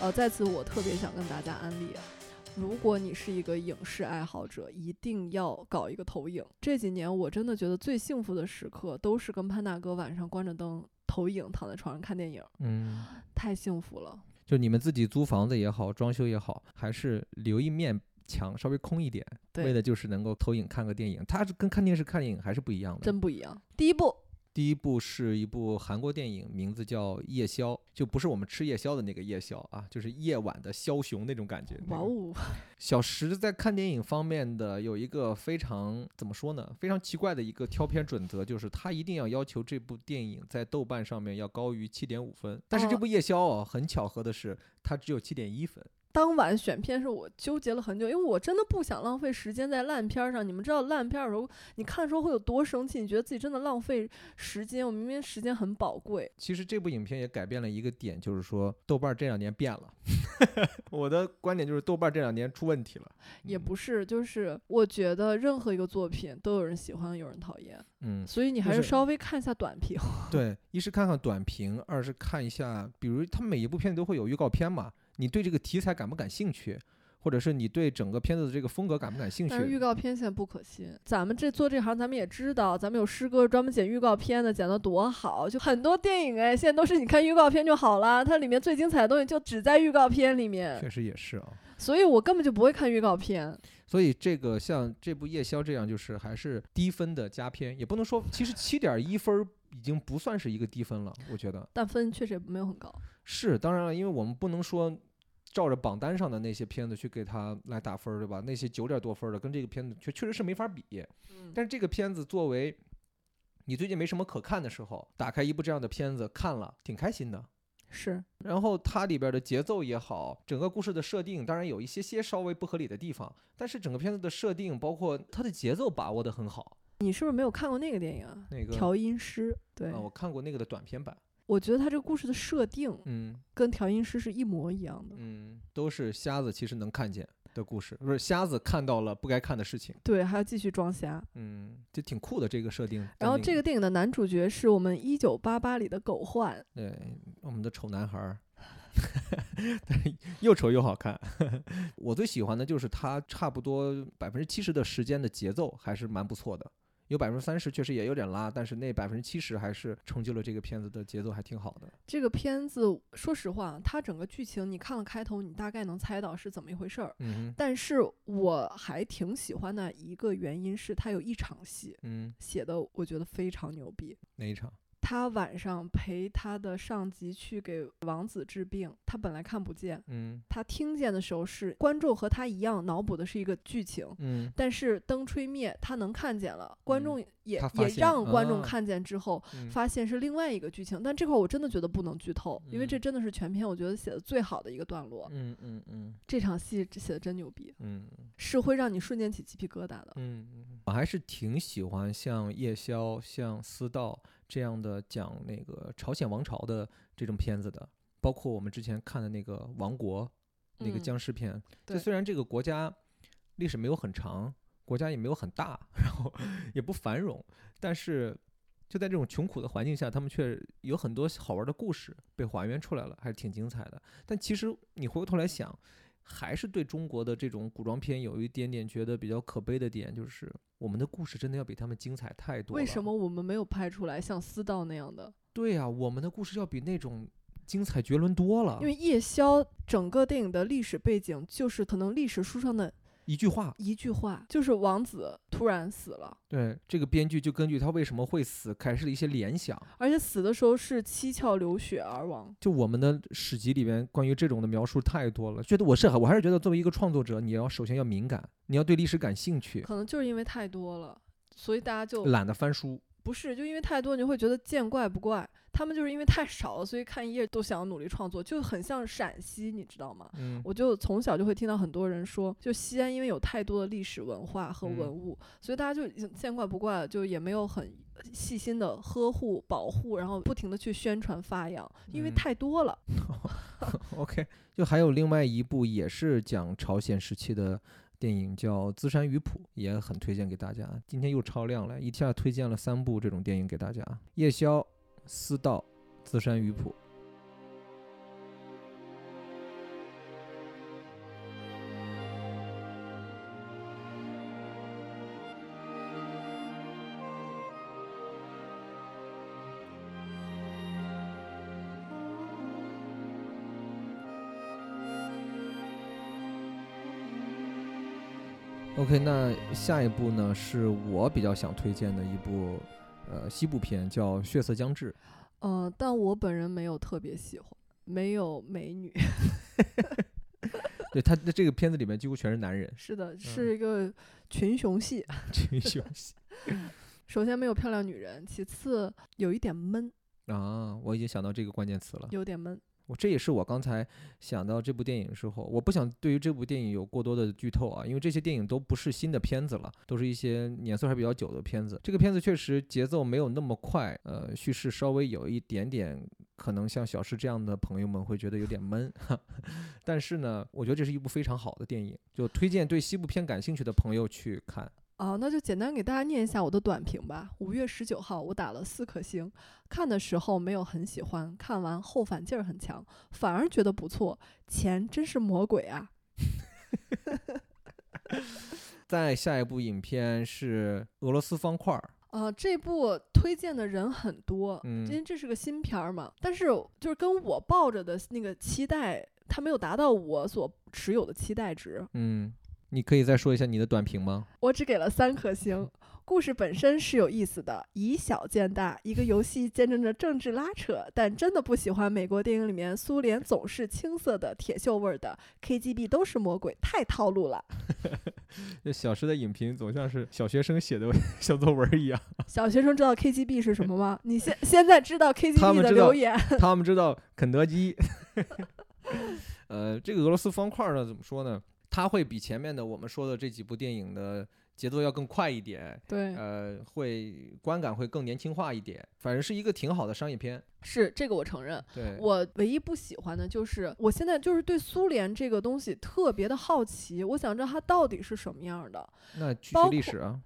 Speaker 2: 呃，在此我特别想跟大家安利啊，如果你是一个影视爱好者，一定要搞一个投影。这几年我真的觉得最幸福的时刻，都是跟潘大哥晚上关着灯投影，躺在床上看电影，
Speaker 1: 嗯，
Speaker 2: 太幸福了。
Speaker 1: 就你们自己租房子也好，装修也好，还是留一面墙稍微空一点，
Speaker 2: 对
Speaker 1: 为的就是能够投影看个电影。它是跟看电视看电影还是不一样的。
Speaker 2: 真不一样。第一部
Speaker 1: 第一部是一部韩国电影，名字叫《夜宵》，就不是我们吃夜宵的那个夜宵啊，就是夜晚的枭雄那种感觉。那
Speaker 2: 哇
Speaker 1: 个
Speaker 2: 哦，
Speaker 1: 小石在看电影方面的有一个非常怎么说呢，非常奇怪的一个挑片准则，就是他一定要要求这部电影在豆瓣上面要高于七点五分。但是这
Speaker 2: 哦
Speaker 1: 部《夜宵》啊，很巧合的是，它只有七点一分。
Speaker 2: 当晚选片是我纠结了很久，因为我真的不想浪费时间在烂片儿上。你们知道烂片儿的时候，你看的时候会有多生气？你觉得自己真的浪费时间，我明明时间很宝贵。
Speaker 1: 其实这部影片也改变了一个点，就是说豆瓣儿这两年变了。 我的观点就是豆瓣儿这两年出问题了。
Speaker 2: 也
Speaker 1: 嗯
Speaker 2: 不是，就是我觉得任何一个作品都有人喜欢，有人讨厌，
Speaker 1: 嗯，
Speaker 2: 所以你还
Speaker 1: 就是是
Speaker 2: 稍微看一下短 评。
Speaker 1: 对，一是看看短评，二是看一下，比如他每一部片都会有预告片嘛，你对这个题材感不感兴趣，或者是你对整个片子的这个风格感不感兴
Speaker 2: 但是预
Speaker 1: 趣？
Speaker 2: 告片现在不可信，咱们这做这行，咱们也知道，咱们有师哥专门剪预告片的，剪得多好。就很多电影哎，现在都是你看预告片就好了，它里面最精彩的东西就只在预告片里面。
Speaker 1: 确实也是啊，
Speaker 2: 所以我根本就不会看预告片。
Speaker 1: 所以这个像这部《夜宵》这样，就是还是低分的佳片，也不能说，其实七点一分儿已经不算是一个低分了，我觉得
Speaker 2: 但分确实也没有很高。
Speaker 1: 是。当然了，因为我们不能说照着榜单上的那些片子去给它来打分儿，对吧？那些九点多分儿的跟这个片子确确实是没法比。
Speaker 2: 嗯，
Speaker 1: 但是这个片子作为你最近没什么可看的时候，打开一部这样的片子看了，挺开心的。
Speaker 2: 是
Speaker 1: 然后它里边的节奏也好，整个故事的设定，当然有一些些稍微不合理的地方，但是整个片子的设定，包括它的节奏把握得很好。
Speaker 2: 你是不是没有看过那个电影啊？
Speaker 1: 那个
Speaker 2: 调音师，对，
Speaker 1: 啊，我看过那个的短片版，
Speaker 2: 我觉得他这个故事的设定
Speaker 1: 嗯
Speaker 2: 跟调音师是一模一样的。
Speaker 1: 嗯，都是瞎子其实能看见的故事，不是瞎子看到了不该看的事情，
Speaker 2: 对，还要继续装瞎。
Speaker 1: 嗯，就挺酷的这个设定。
Speaker 2: 然后
Speaker 1: 跟那
Speaker 2: 这个电影的男主角是我们《一九八八》里的狗焕，
Speaker 1: 对，我们的丑男孩儿， 但是又丑又好看。 我最喜欢的就是他差不多百分之七十的时间的节奏还是蛮不错的，有百分之三十确实也有点拉，但是那百分之七十还是成就了这个片子的节奏还挺好的。
Speaker 2: 这个片子，说实话，啊它整个剧情你看了开头，你大概能猜到是怎么一回事儿。
Speaker 1: 嗯哼，
Speaker 2: 但是我还挺喜欢的一个原因是，它有一场戏
Speaker 1: 嗯，
Speaker 2: 写的，我觉得非常牛逼。
Speaker 1: 哪一场？
Speaker 2: 他晚上陪他的上级去给王子治病，他本来看不见，
Speaker 1: 嗯
Speaker 2: 他听见的时候是观众和他一样脑补的是一个剧情，
Speaker 1: 嗯
Speaker 2: 但是灯吹灭，他能看见了，观
Speaker 1: 嗯
Speaker 2: 众也、
Speaker 1: 他发
Speaker 2: 也
Speaker 1: 现
Speaker 2: 让观众
Speaker 1: 啊
Speaker 2: 看见之后，
Speaker 1: 嗯
Speaker 2: 发现是另外一个剧情。但这块我真的觉得不能剧透，因为这
Speaker 1: 嗯
Speaker 2: 真的是全篇我觉得写的最好的一个段落。
Speaker 1: 嗯嗯嗯
Speaker 2: 这场戏写的真牛逼，
Speaker 1: 嗯
Speaker 2: 是会让你瞬间起鸡皮疙瘩的。
Speaker 1: 嗯，我还是挺喜欢像《夜宵》、像《私道》这样的讲那个朝鲜王朝的这种片子的，包括我们之前看的那个《王国》。那个
Speaker 2: 嗯
Speaker 1: 僵尸片。就
Speaker 2: 对
Speaker 1: 虽然这个国家历史没有很长，国家也没有很大，然 后也不繁荣，但是就在这种穷苦的环境下，他们却有很多好玩的故事被还原出来了，还是挺精彩的。但其实你回过头来想。还是对中国的这种古装片有一点点觉得比较可悲的点，就是我们的故事真的要比他们精彩太多了。
Speaker 2: 为什么？我们没有拍出来像《私道》那样的？
Speaker 1: 对呀、我们的故事要比那种精彩绝伦多了。
Speaker 2: 因为《夜宵》整个电影的历史背景就是可能历史书上的
Speaker 1: 一句话，
Speaker 2: 一句话，就是王子突然死了，
Speaker 1: 对，这个编剧就根据他为什么会死开始了一些联想。
Speaker 2: 而且死的时候是七窍流血而亡。
Speaker 1: 就我们的史籍里边关于这种的描述太多了，觉得我是我还是觉得作为一个创作者，你要首先要敏感，你要对历史感兴趣，
Speaker 2: 可能就是因为太多了，所以大家就
Speaker 1: 懒得翻书。
Speaker 2: 不是就因为太多，你就会觉得见怪不怪。他们就是因为太少了，所以看一页都想努力创作，就很像陕西，你知道吗？
Speaker 1: 嗯，
Speaker 2: 我就从小就会听到很多人说，就西安因为有太多的历史文化和
Speaker 1: 嗯
Speaker 2: 文物，所以大家就已经见怪不怪了，就也没有很细心的呵护、保护，然后不停的去宣传发扬，因为
Speaker 1: 嗯
Speaker 2: 太多了。
Speaker 1: OK，就还有另外一部也是讲朝鲜时期的电影，叫《资山鱼谱》，也很推荐给大家。今天又超量了，一下推荐了三部这种电影给大家：夜宵、私道、资山鱼谱。OK，那下一部呢是我比较想推荐的一部呃西部片，叫《血色将至》。
Speaker 2: 嗯、但我本人没有特别喜欢，没有美女。 ，
Speaker 1: 对，它的这个片子里面几乎全是男人
Speaker 2: 是的，
Speaker 1: 嗯
Speaker 2: 是一个群雄戏。
Speaker 1: 群雄戏
Speaker 2: 首先没有漂亮女人，其次有一点闷，
Speaker 1: 啊！我已经想到这个关键词了。
Speaker 2: 有点闷。
Speaker 1: 我这也是我刚才想到这部电影的时候，我不想对于这部电影有过多的剧透啊，因为这些电影都不是新的片子了，都是一些年岁还比较久的片子。这个片子确实节奏没有那么快，呃，叙事稍微有一点点，可能像小诗这样的朋友们会觉得有点闷，哈。 但是呢，我觉得这是一部非常好的电影，就推荐对西部片感兴趣的朋友去看。
Speaker 2: 啊，那就简单给大家念一下我的短评吧。五月十九号，我打了四颗星。看的时候没有很喜欢，看完后反劲儿很强，反而觉得不错。钱真是魔鬼啊！
Speaker 1: 再下一部影片是俄罗斯方块儿，
Speaker 2: 啊，这部推荐的人很多，
Speaker 1: 嗯
Speaker 2: 因为这是个新片儿嘛。但是就是跟我抱着的那个期待，它没有达到我所持有的期待值。
Speaker 1: 嗯，你可以再说一下你的短评吗？
Speaker 2: 我只给了三颗星。故事本身是有意思的，以小见大。一个游戏见证着政治拉扯，但真的不喜欢美国电影里面苏联总是青涩的铁锈味儿的 KGB 都是魔鬼，太套路了。
Speaker 1: 这小诗的影评总像是小学生写的 小作文儿一样。
Speaker 2: 小学生知道 KGB 是什么吗？你现现在知道
Speaker 1: 他
Speaker 2: KGB
Speaker 1: 们
Speaker 2: 的
Speaker 1: 知道
Speaker 2: 留 言，
Speaker 1: 他们知道肯德基， 呃，这个俄罗斯方块儿呢，怎么说呢？它会比前面的我们说的这几部电影的节奏要更快一点，
Speaker 2: 对，
Speaker 1: 呃，会观感会更年轻化一点，反正是一个挺好的商业片。
Speaker 2: 是这个我承认。
Speaker 1: 对，
Speaker 2: 我唯一不喜欢的就是，我现在就是对苏联这个东西特别的好奇，我想知道它到底是什么样的。
Speaker 1: 那举
Speaker 2: 包
Speaker 1: 举历
Speaker 2: 括
Speaker 1: 史啊，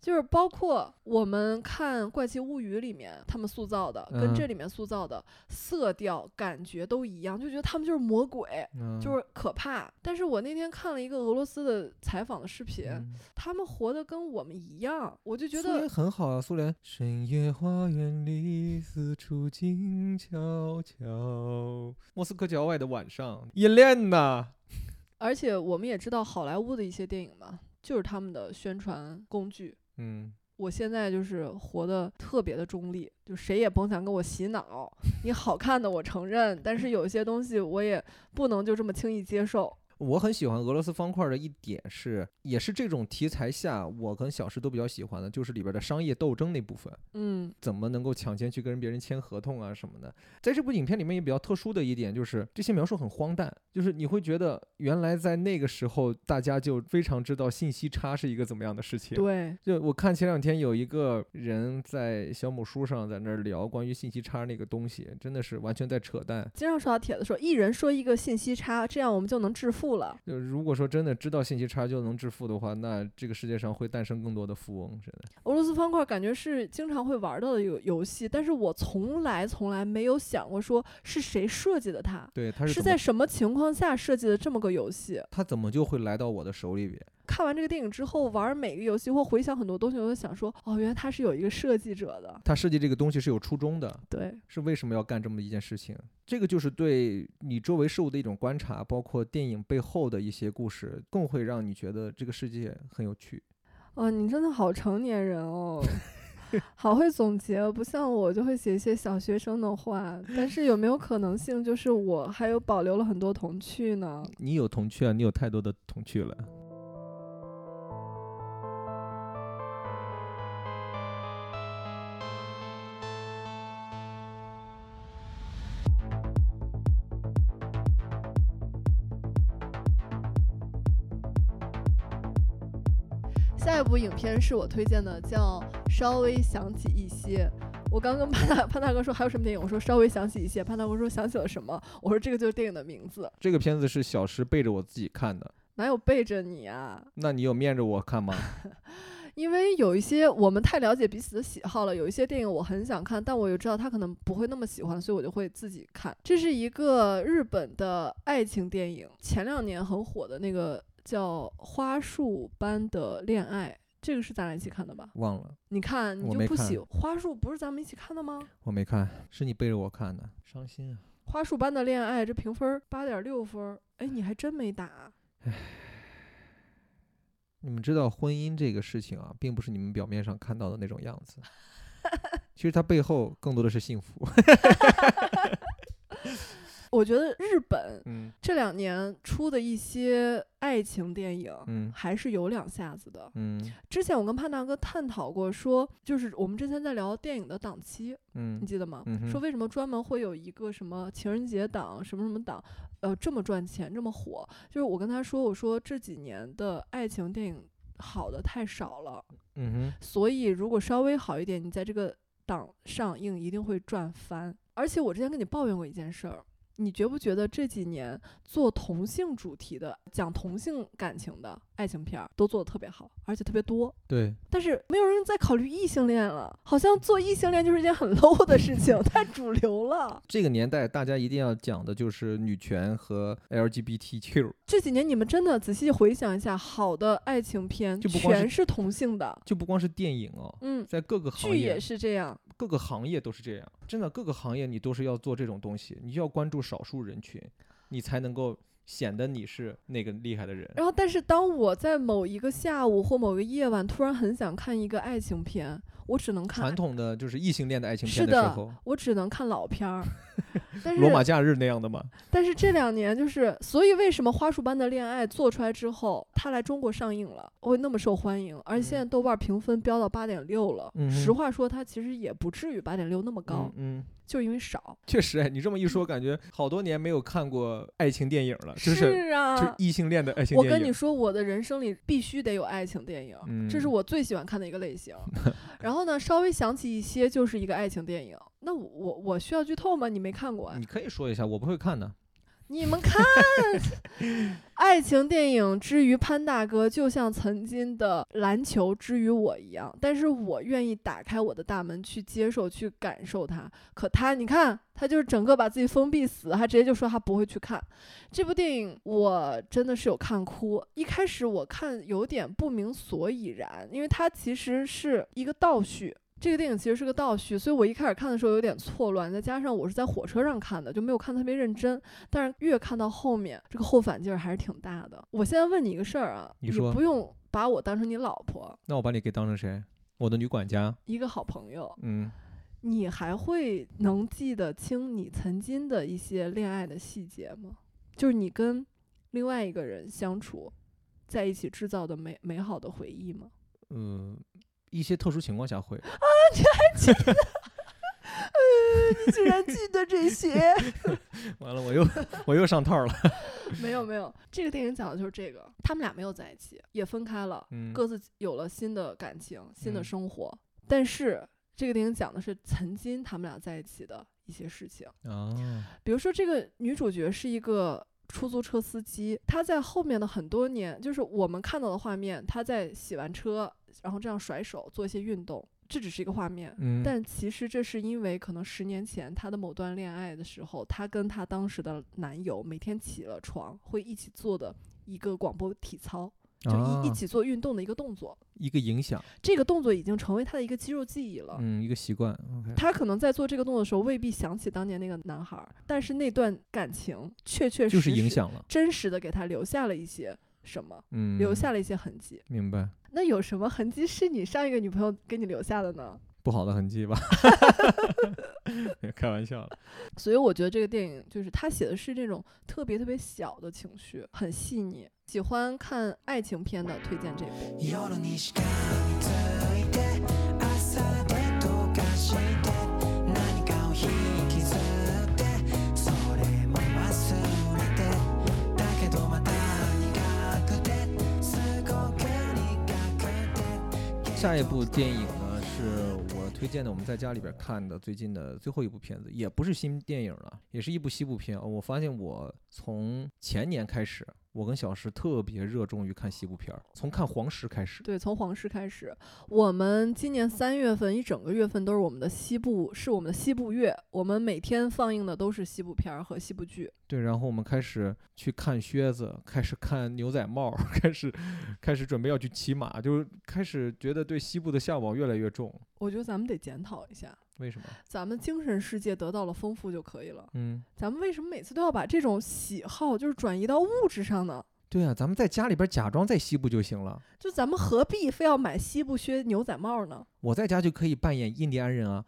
Speaker 2: 就是包括我们看《怪奇物语》里面他们塑造的，跟
Speaker 1: 嗯
Speaker 2: 这里面塑造的色调、感觉都一样，就觉得他们就是魔鬼，
Speaker 1: 嗯，
Speaker 2: 就是可怕。但是我那天看了一个俄罗斯的采访的视频，
Speaker 1: 嗯
Speaker 2: 他们活得跟我们一样，我就觉
Speaker 1: 苏联
Speaker 2: 得
Speaker 1: 很好啊，苏联。深夜花园里，四处静悄悄。莫斯科郊外的晚上，夜恋呐。
Speaker 2: 而且我们也知道好莱坞的一些电影嘛，就是他们的宣传工具。
Speaker 1: 嗯，
Speaker 2: 我现在就是活得特别的中立，就谁也甭想跟我洗脑。你好看的我承认，但是有些东西我也不能就这么轻易接受。
Speaker 1: 我很喜欢俄罗斯方块儿的一点是，也是这种题材下，我跟小石都比较喜欢的，就是里边儿的商业斗争那部分，
Speaker 2: 嗯，
Speaker 1: 怎么能够抢先去跟别人签合同啊什么的。在这部影片里面也比较特殊的一点就是，这些描述很荒诞，就是你会觉得原来在那个时候，大家就非常知道信息差是一个怎么样的事情。
Speaker 2: 对，
Speaker 1: 就我看前两天有一个人在小某书上在那儿聊关于信息差那个东西，真的是完全在扯淡。
Speaker 2: 经常刷到帖子说，一人说一个信息差，这样我们就能致富了。
Speaker 1: 就如果说真的知道信息差就能致富的话，那这个世界上会诞生更多的富翁，真的。
Speaker 2: 俄罗斯方块感觉是经常会玩到的游游戏，但是我从来从来没有想过说是谁设计的它，
Speaker 1: 对，他
Speaker 2: 是
Speaker 1: 是怎
Speaker 2: 在
Speaker 1: 么
Speaker 2: 什么情况下设计的这么个游戏。
Speaker 1: 他怎么就会来到我的手里边？
Speaker 2: 看完这个电影之后，玩每个游戏或回想很多东西，我就想说，哦，原来它是有一个设计者的。
Speaker 1: 他设计这个东西是有初衷的，
Speaker 2: 对，
Speaker 1: 是为什么要干这么一件事情？这个就是对你周围事物的一种观察，包括电影背后的一些故事，更会让你觉得这个世界很有趣。
Speaker 2: 哦，你真的好成年人哦，好会总结，哦不像我就会写一些小学生的话。但是有没有可能性，就是我还有保留了很多童趣呢？
Speaker 1: 你有童趣啊，你有太多的童趣了。
Speaker 2: 下一部影片是我推荐的，叫《稍微想起一些》。我刚跟潘大潘 大哥说还有什么电影，我说稍微想起一些，潘大哥说想起了什么，我说这个就是电影的名字，
Speaker 1: 这个片子是小时背着我自己看的，
Speaker 2: 哪有背着你啊？
Speaker 1: 那你有面着我看吗？
Speaker 2: 因为有一些我们太了解彼此的喜好了，有一些电影我很想看，但我又知道他可能不会那么喜欢，所以我就会自己看。这是一个日本的爱情电影，前两年很火的那个叫《花束般的恋爱》，这个是咱俩一起看的吧？
Speaker 1: 忘了，
Speaker 2: 你看你
Speaker 1: 我
Speaker 2: 就
Speaker 1: 没
Speaker 2: 不喜
Speaker 1: 看
Speaker 2: 花束不是咱们一起看的吗？
Speaker 1: 我没看，是你背着我看的，伤心啊。
Speaker 2: 花束般的恋爱，这评分八点六分儿，哎，你还真没打。
Speaker 1: 你们知道婚姻这个事情啊，并不是你们表面上看到的那种样 子，其实它背后更多的是幸福。
Speaker 2: 我觉得日本
Speaker 1: 嗯
Speaker 2: 这两年出的一些爱情电影
Speaker 1: 嗯
Speaker 2: 还是有两下子的。
Speaker 1: 嗯
Speaker 2: 之前我跟潘大哥探讨过说，就是我们之前在聊电影的档期，你
Speaker 1: 嗯
Speaker 2: 记得吗？
Speaker 1: 嗯哼
Speaker 2: 说为什么专门会有一个什么情人节档、什么什么档，呃，这么赚钱，这么火？就是我跟他说，我说这几年的爱情电影好的太少了，
Speaker 1: 嗯哼，
Speaker 2: 所以如果稍微好一点，你在这个档上映一定会赚翻。而且我之前跟你抱怨过一件事儿，你觉不觉得这几年做同性主题的、讲同性感情的爱情片儿都做得特别好，而且特别多？
Speaker 1: 对，
Speaker 2: 但是没有人再考虑异性恋了，好像做异性恋就是一件很 low 的事情，太主流了。
Speaker 1: 这个年代大家一定要讲的就是女权和 LGBTQ，
Speaker 2: 这几年你们真的仔细回想一下，好的爱情片
Speaker 1: 就不光是
Speaker 2: 全是同性的，
Speaker 1: 就不光是电影哦，
Speaker 2: 嗯，
Speaker 1: 在各个行
Speaker 2: 剧也
Speaker 1: 业，
Speaker 2: 是这样。
Speaker 1: 各个行业都是这样，真的，各个行业你都是要做这种东西，你就要关注少数人群，你才能够显得你是那个厉害的人。
Speaker 2: 然后，但是当我在某一个下午或某个夜晚突然很想看一个爱情片，我只能看
Speaker 1: 传统的就是异性恋的爱情
Speaker 2: 是
Speaker 1: 片的时
Speaker 2: 的
Speaker 1: 候，
Speaker 2: 我只能看老 片儿。但
Speaker 1: 罗马
Speaker 2: 是，
Speaker 1: 假日那样的嘛，
Speaker 2: 但是这两年就是，所以为什么《花束般的恋爱》做出来之后，它来中国上映了，会那么受欢迎？而现在豆瓣评分飙到八点六了。
Speaker 1: 嗯嗯哼
Speaker 2: 实话说，它其实也不至于八点六那么高，
Speaker 1: 嗯，嗯
Speaker 2: 就是因为少。
Speaker 1: 确实，哎，你这么一说，感觉好多年没有看过爱情电影了，就是
Speaker 2: 啊，
Speaker 1: 就是异性恋的爱情
Speaker 2: 我
Speaker 1: 电
Speaker 2: 跟
Speaker 1: 影。
Speaker 2: 你说，我的人生里必须得有爱情电影，这是
Speaker 1: 嗯
Speaker 2: 我最喜欢看的一个类型。然后呢，稍微想起一些就是一个爱情电影。那我我我需要剧透吗？你没看过、啊，
Speaker 1: 你可以说一下，我不会看的。
Speaker 2: 你们看， 爱情电影之于潘大哥，就像曾经的篮球之于我一样，但是我愿意打开我的大门去接受、去感受它。可他，你看，他就是整个把自己封闭死，他直接就说他不会去看这部电影。我真的是有看哭，一开始我看有点不明所以然，因为它其实是一个倒叙。这个电影其实是个倒叙，所以我一开始看的时候有点错乱，再加上我是在火车上看的，就没有看特别认真。但是越看到后面，这个后反劲儿还是挺大的。我现在问你一个事儿啊，
Speaker 1: 你说
Speaker 2: 不用把我当成你老婆，
Speaker 1: 那我把你给当成谁？我的女管家。
Speaker 2: 一个好朋友，
Speaker 1: 嗯，
Speaker 2: 你还会能记得清你曾经的一些恋爱的细节吗？就是你跟另外一个人相处，在一起制造的美美好的回忆吗？
Speaker 1: 嗯，一些特殊情况下会，
Speaker 2: 呃，你竟然记得这些？
Speaker 1: 完了我又我又上套了。
Speaker 2: 没有没有，这个电影讲的就是这个，他们俩没有在一起，也分开了。
Speaker 1: 嗯，
Speaker 2: 各自有了新的感情、新的
Speaker 1: 嗯
Speaker 2: 生活。但是这个电影讲的是曾经他们俩在一起的一些事情，
Speaker 1: 啊，
Speaker 2: 比如说这个女主角是一个。出租车司机，她在后面的很多年，就是我们看到的画面，她在洗完车，然后这样甩手做一些运动，这只是一个画面。
Speaker 1: 嗯，
Speaker 2: 但其实这是因为可能十年前她的某段恋爱的时候，她跟她当时的男友每天起了床会一起做的一个广播体操，就一、
Speaker 1: 啊
Speaker 2: 一起做运动的一个动作。
Speaker 1: 一个影响，
Speaker 2: 这个动作已经成为他的一个肌肉记忆了。
Speaker 1: 嗯，一个习惯。OK，
Speaker 2: 他可能在做这个动作的时候，未必想起当年那个男孩儿，但是那段感情确确实
Speaker 1: 就是
Speaker 2: 实
Speaker 1: 影响了。
Speaker 2: 真实的给他留下了一些什么，
Speaker 1: 嗯，
Speaker 2: 留下了一些痕迹。
Speaker 1: 明白
Speaker 2: 那有什么痕迹是你上一个女朋友给你留下的呢？
Speaker 1: 不好的痕迹 吧？ 开玩笑了，
Speaker 2: 所以我觉得这个电影就是他写的是这种特别特别小的情绪，很细腻。喜欢看爱情片的推荐这部。
Speaker 3: 夜にしがみついて朝で溶かして何かを引きずってそれも忘れてだけどまた苦くてすごく苦くて
Speaker 1: 下一部电影呢是我推荐的，我们在家里边看的最近的最后一部片子，也不是新电影了，也是一部西部片。哦我发现我从前年开始，我跟小石特别热衷于看西部片儿，从看《黄石》开始。
Speaker 2: 对，从皇室开始，我们今年三月份一整个月份都是我们的西部，是我们的西部月。我们每天放映的都是西部片儿和西部剧。
Speaker 1: 对，然后我们开始去看靴子，开始看牛仔帽， 开始开始准备要去骑马，就是开始觉得对西部的向往越来越重。
Speaker 2: 我觉得咱们得检讨一下，
Speaker 1: 为什么？
Speaker 2: 咱们精神世界得到了丰富就可以了。
Speaker 1: 嗯，
Speaker 2: 咱们为什么每次都要把这种喜好就是转移到物质上呢？
Speaker 1: 对啊，咱们在家里边假装在西部就行了。
Speaker 2: 就咱们何必非要买西部靴、牛仔帽呢？
Speaker 1: 我在家就可以扮演印第安人啊。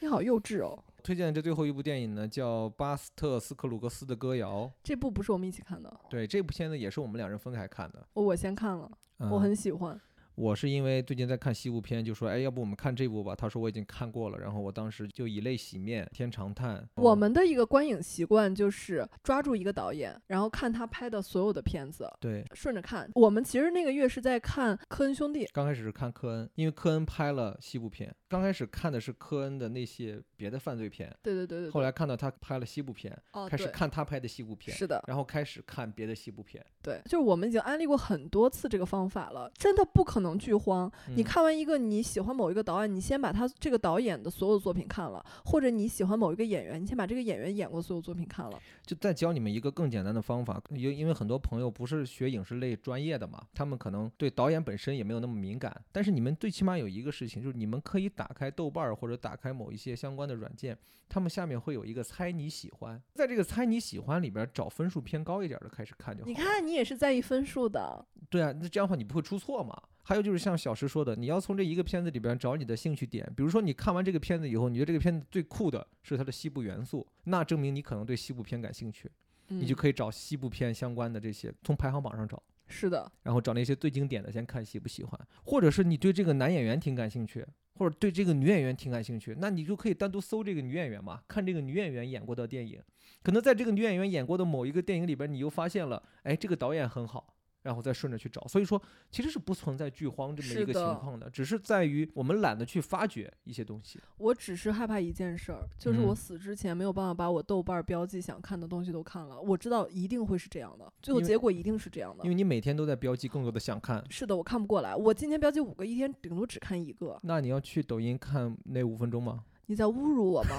Speaker 2: 你好幼稚哦！
Speaker 1: 推荐的这最后一部电影呢，叫《巴斯特斯克鲁格斯的歌谣》。
Speaker 2: 这部不是我们一起看的，
Speaker 1: 对，这部片子也是我们两人分开看的。
Speaker 2: 我先看了，我
Speaker 1: 嗯
Speaker 2: 很喜欢。
Speaker 1: 我是因为最近在看西部片，就说哎，要不我们看这部吧？他说我已经看过了，然后我当时就以泪洗面，天长叹。
Speaker 2: 我们的一个观影习惯就是抓住一个导演，然后看他拍的所有的片子，
Speaker 1: 对
Speaker 2: 顺着看。我们其实那个月是在看科恩兄弟，
Speaker 1: 刚开始是看科恩，因为科恩拍了西部片，刚开始看的是科恩的那些别的犯罪片，
Speaker 2: 对对对对对，
Speaker 1: 后来看到他拍了西部片，
Speaker 2: 哦
Speaker 1: 开始
Speaker 2: 对
Speaker 1: 看他拍的西部片，
Speaker 2: 是的，
Speaker 1: 然后开始看别的西部片。
Speaker 2: 对，就是我们已经安利过很多次这个方法了，真的不可能剧荒。你
Speaker 1: 嗯
Speaker 2: 看完一个你喜欢某一个导演，你先把他这个导演的所有作品看了，或者你喜欢某一个演员，你先把这个演员演过所有作品看了。
Speaker 1: 就再教你们一个更简单的方法，因因为很多朋友不是学影视类专业的嘛，他们可能对导演本身也没有那么敏感，但是你们最起码有一个事情，就是你们可以打开豆瓣儿或者打开某一些相关的软件，他们下面会有一个猜你喜欢，在这个猜你喜欢里边儿找分数偏高一点儿的开始看就好。
Speaker 2: 你，看，你也是在意分数的，
Speaker 1: 对啊，那这样的话你不会出错嘛。还有就是像小石说的，你要从这一个片子里边儿找你的兴趣点，比如说你看完这个片子以后，你觉得这个片子最酷的是它的西部元素，那证明你可能对西部片感兴趣。
Speaker 2: 嗯、
Speaker 1: 你就可以找西部片相关的这些，从排行榜上找，
Speaker 2: 是的，
Speaker 1: 然后找那些最经典的，先看喜不喜欢，或者是你对这个男演员挺感兴趣，或者对这个女演员挺感兴趣，那你就可以单独搜这个女演员嘛，看这个女演员演过的电影，可能在这个女演员演过的某一个电影里边，你又发现了，哎，这个导演很好。然后再顺着去找，所以说其实是不存在剧荒这么
Speaker 2: 是
Speaker 1: 一个情
Speaker 2: 的
Speaker 1: 况的，只是在于我们懒得去发掘一些东西。
Speaker 2: 我只是害怕一件事儿，就是我
Speaker 1: 嗯
Speaker 2: 死之前没有办法把我豆瓣儿标记想看的东西都看了。我知道一定会是这样的，最后
Speaker 1: 因为
Speaker 2: 结果一定是这样的
Speaker 1: 因。为你每天都在标记更多的想看，
Speaker 2: 是的，我看不过来。我今天标记五个，一天顶多只看一个。
Speaker 1: 那你要去抖音看那五分钟吗？
Speaker 2: 你在侮辱我吗？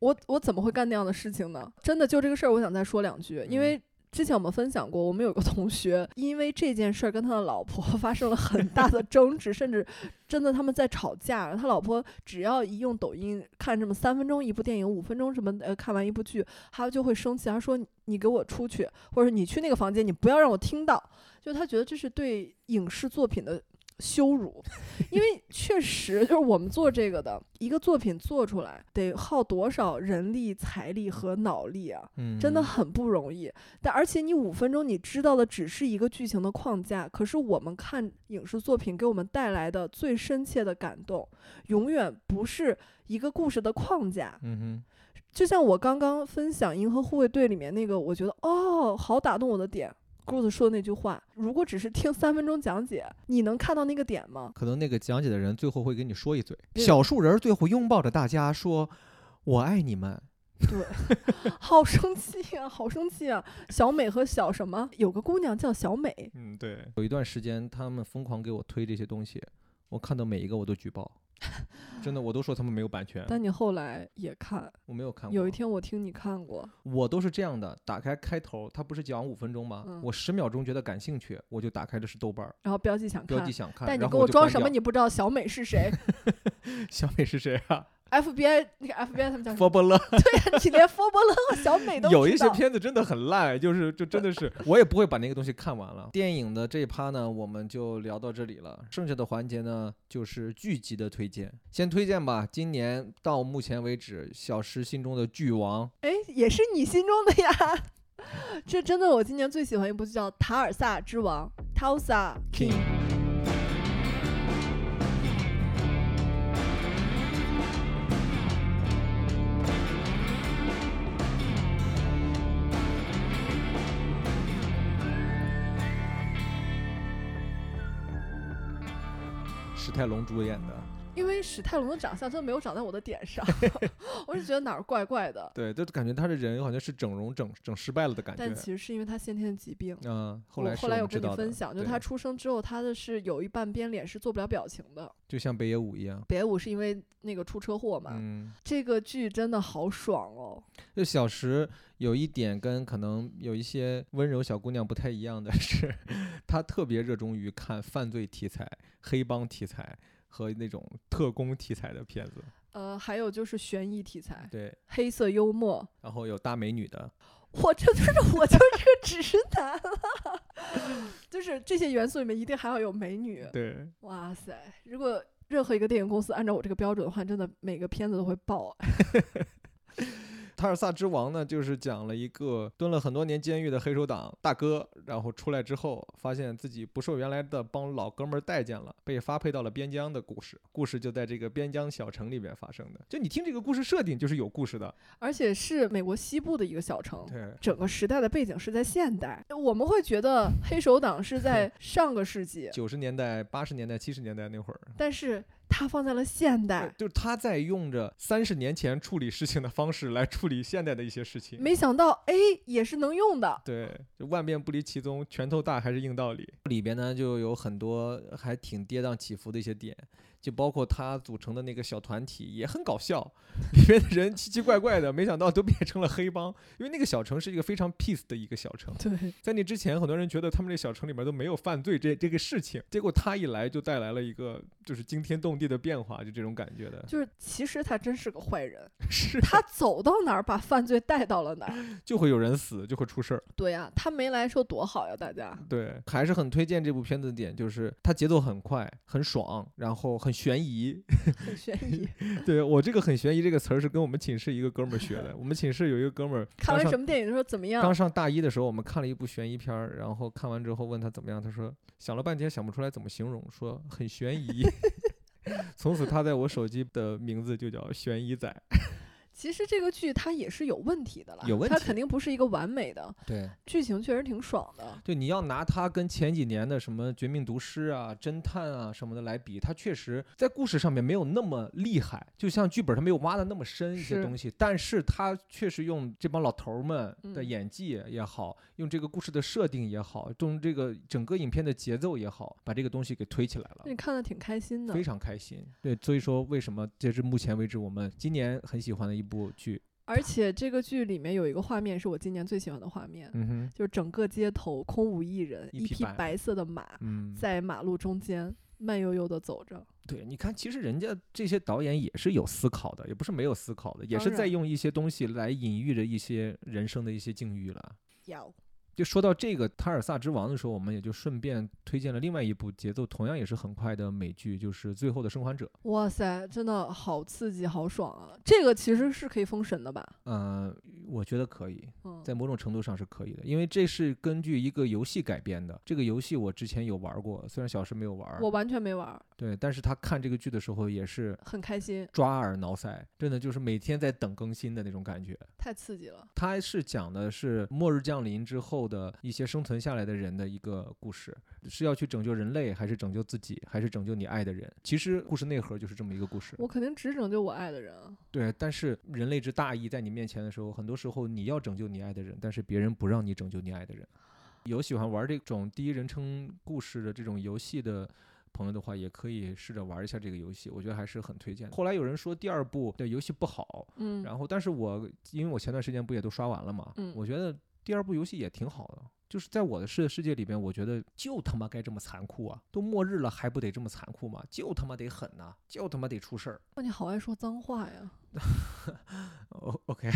Speaker 2: 我我怎么会干那样的事情呢？真的就这个事儿，我想再说两句，因为之前我们分享过，我们有个同学因为这件事儿跟他的老婆 发生了很大的争执，甚至真的他们在吵架。他老婆只要一用抖音看什么三分钟一部电影，五分钟什么呃看完一部剧，他就会生气，他说你你给我出去，或者你去那个房间，你不要让我听到。就他觉得这是对影视作品的羞辱，因为确实就是我们做这个的一个作品做出来得耗多少人力、财力和脑力啊，
Speaker 1: 嗯，
Speaker 2: 真的很不容易。但而且你五分钟你知道的只是一个剧情的框架，可是我们看影视作品给我们带来的最深切的感动，永远不是一个故事的框架。
Speaker 1: 嗯哼，
Speaker 2: 就像我刚刚分享《银河护卫队》里面那个，我觉得哦，好打动我的点。Groot 说的那句话，如果只是听三分钟讲解，你能看到那个点吗？
Speaker 1: 可能那个讲解的人最后会跟你说一嘴，
Speaker 2: 对
Speaker 1: 小树人儿最后拥抱着大家说：“我爱你们。
Speaker 2: 好生气啊，好生气啊！小美和小什么，有个姑娘叫小美”，
Speaker 1: 嗯，对。有一段时间，他们疯狂给我推这些东西，我看到每一个我都举 报，真的，我都说他们没有版权，
Speaker 2: 但你后来也看。
Speaker 1: 我没有看过。
Speaker 2: 有一，天我听你看过，
Speaker 1: 我都是这样的，打开开头，他不是讲五分钟吗？
Speaker 2: 嗯
Speaker 1: 我十秒钟觉得感兴趣，我就打开的是豆瓣儿，
Speaker 2: 然后标记想
Speaker 1: 标
Speaker 2: 看
Speaker 1: 记，想看，
Speaker 2: 但你
Speaker 1: 然
Speaker 2: 跟
Speaker 1: 后
Speaker 2: 我
Speaker 1: 就
Speaker 2: 装
Speaker 1: 关
Speaker 2: 什么
Speaker 1: 掉
Speaker 2: 你不知道小美是谁？嗯
Speaker 1: 小美是谁啊？
Speaker 2: FBI 那个 FBI 他们叫什
Speaker 1: 佛
Speaker 2: 么？
Speaker 1: 伯勒
Speaker 2: 对，你连佛伯伦和小美都
Speaker 1: 有
Speaker 2: 知
Speaker 1: 一些
Speaker 2: 道
Speaker 1: 片子真的很烂，就是就真的是我也不会把那个东西看完了。电影的这一趴呢，我们就聊到这里了，剩下的环节呢就是剧集的推荐，先推荐吧。今年到目前为止，小石心中的剧王
Speaker 2: 哎，也是你心中的呀。 这真的，我今年最喜欢一部剧叫《塔尔萨之王》（Tulsa King）。
Speaker 1: 史泰龙主演的，
Speaker 2: 因为史泰龙的长相真的没有长在我的点 上，我是觉得哪儿怪怪的。
Speaker 1: 对，就感觉他这人好像是整容整整失败了的感
Speaker 2: 但
Speaker 1: 觉。
Speaker 2: 其实是因为他先天的疾病。
Speaker 1: 嗯，后
Speaker 2: 我
Speaker 1: 来是
Speaker 2: 后来
Speaker 1: 我
Speaker 2: 有
Speaker 1: 们知
Speaker 2: 跟你
Speaker 1: 道的
Speaker 2: 分享，就
Speaker 1: 对
Speaker 2: 他出生之后，他的是有一半边脸是做不了表情的。
Speaker 1: 就像北野武一样，
Speaker 2: 北野武是因为那个出车祸嘛，
Speaker 1: 嗯，
Speaker 2: 这个剧真的好爽哦！
Speaker 1: 就小石有一点跟可能有一些温柔小姑娘不太一样的是， 她特别热衷于看犯罪题材、黑帮题材和那种特工题材的片子。
Speaker 2: 呃，还有就是悬疑题材、
Speaker 1: 对，
Speaker 2: 黑色幽默，
Speaker 1: 然后有大美女的，
Speaker 2: 我这就是 我就是个直男了， 就是这些元素里面一定还要有美女。
Speaker 1: 对，
Speaker 2: 哇塞，如果任何一个电影公司按照我这个标准的话，真的每个片子都会爆。啊
Speaker 1: 《塔尔萨之王》呢，就是讲了一个蹲了很多年监狱的黑手党大哥，然后出来之后，发现自己不受原来的帮老哥们儿待见了，被发配到了边疆的故事。故事就在这个边疆小城里面发生的。就你听这个故事设定，就是有故事的。
Speaker 2: 而且是美国西部的一个小城。
Speaker 1: 对，
Speaker 2: 整个时代的背景是在现代，我们会 觉得黑手党是在上个世纪，
Speaker 1: 九十年代、八十年代、七十年代那会儿，
Speaker 2: 但是它放在了现代。
Speaker 1: 就是他在用着三十年前处理事情的方式来处理现代的一些事情。
Speaker 2: 没想到 A 也是能用的，
Speaker 1: 对，就万变不离其宗，拳头大还是硬道理。里边呢就有很多还挺跌宕起伏的一些点，就包括他组成的那个小团体也很搞笑，里面的人奇奇怪怪的，没想到都变成了黑帮。因为那个小城是一个非常 peace 的一个小城，
Speaker 2: 对，
Speaker 1: 在那之前，很多人觉得他们这小城里面都没有犯罪这这个事情，结果他一来就带来了一个就是惊天动地的变化，就这种感觉的。
Speaker 2: 就是其实他真是个坏人，
Speaker 1: 是，
Speaker 2: 他走到哪儿把犯罪带到了哪儿。
Speaker 1: 就会有人死，就会出事儿。
Speaker 2: 对呀、他没来说多好呀，大家。
Speaker 1: 对，还是很推荐这部片子的点，就是它节奏很快，很爽，然后很悬疑。
Speaker 2: 很悬疑，
Speaker 1: 对我这个“很悬疑”这个词儿是跟我们寝室一个哥们儿学的。我们寝室有一个哥们儿，
Speaker 2: 看
Speaker 1: 刚
Speaker 2: 完
Speaker 1: 上
Speaker 2: 什么电影就说怎么样
Speaker 1: 刚？上大一的时候，我们看了一部悬疑片儿，然后看完之后问他怎么样，他说想了半天想不出来怎么形容，说很悬疑。从此，他在我手机的名字就叫“悬疑仔
Speaker 2: 其实这个剧它也是有问题的了，
Speaker 1: 有问
Speaker 2: 它
Speaker 1: 题
Speaker 2: 肯定不是一个完美的”。
Speaker 1: 对，
Speaker 2: 剧情，确实挺爽的。
Speaker 1: 对，你要拿它跟前几年的什么《绝命毒师》啊、侦探啊什么的来比，它确实在故事上面没有那么厉害，就像剧本它没有挖的那么深一些
Speaker 2: 是
Speaker 1: 东西，但是它确实用这帮老头儿们的
Speaker 2: 嗯
Speaker 1: 演技也好，用这个故事的设定也好，用这个整个影片的节奏也好，把这个东西给推起来了
Speaker 2: 那。你看的挺开心的，
Speaker 1: 非常开心，对，所以说为什么这是目前为止我们今年很喜欢的一部剧，
Speaker 2: 而且这个剧里面有一个画面是我今年最喜欢的画面，
Speaker 1: 嗯哼，
Speaker 2: 就是整个街头空无一人，
Speaker 1: 一
Speaker 2: 一
Speaker 1: 匹
Speaker 2: 匹
Speaker 1: 白
Speaker 2: 白色的马
Speaker 1: 嗯，
Speaker 2: 在马路中间慢悠悠的走着。
Speaker 1: 对，你看，其实人家这些导演也是有思考的，也不是没有思考的，也
Speaker 2: 当
Speaker 1: 是在
Speaker 2: 然
Speaker 1: 用一些东西来隐喻着一些人生的一些境遇了。
Speaker 2: 有，
Speaker 1: 就说到这个《塔尔萨之王》的时候，我们也就顺便推荐了另外一部节奏同样也是很快的美剧，就是《最后的生还者》。
Speaker 2: 哇塞，真的好刺激，好爽啊！这个其实是可以封神的吧？
Speaker 1: 嗯、我觉得可以，
Speaker 2: 嗯，
Speaker 1: 在某种程度上是可以的，因为这是根据一个游戏改编的。这个游戏我之前有玩过，虽然小时候没有玩儿
Speaker 2: 我，完全没玩儿，
Speaker 1: 对，但是他看这个剧的时候也是
Speaker 2: 很开心，
Speaker 1: 抓耳挠腮，真的就是每天在等更新的那种感觉。
Speaker 2: 太刺激了。
Speaker 1: 它是讲的是末日降临之后的一些生存下来的人的一个故事，是要去拯救人类，还是拯救自己，还是拯救你爱的人？其实故事内核就是这么一个故事。
Speaker 2: 我肯定只拯救我爱的人啊，
Speaker 1: 对，但是人类之大义在你面前的时候，很多时候你要拯救你爱的人，但是别人不让你拯救你爱的人。有喜欢玩这种第一人称故事的这种游戏的朋友的话，也可以试着玩一下这个游戏，我觉得还是很推荐的。后来有人说第二部的游戏不好，
Speaker 2: 嗯，
Speaker 1: 然后，但是我因为我前段时间不也都刷完了嘛，
Speaker 2: 嗯
Speaker 1: 我觉得第二部游戏也挺好的，就是在我的世世界里边，我觉得就他妈该这么残酷啊！都末日了还不得这么残酷吗？就他妈得狠呐、就他妈得出事儿。
Speaker 2: 哇，你好爱说脏话呀！
Speaker 1: O 哦 OK，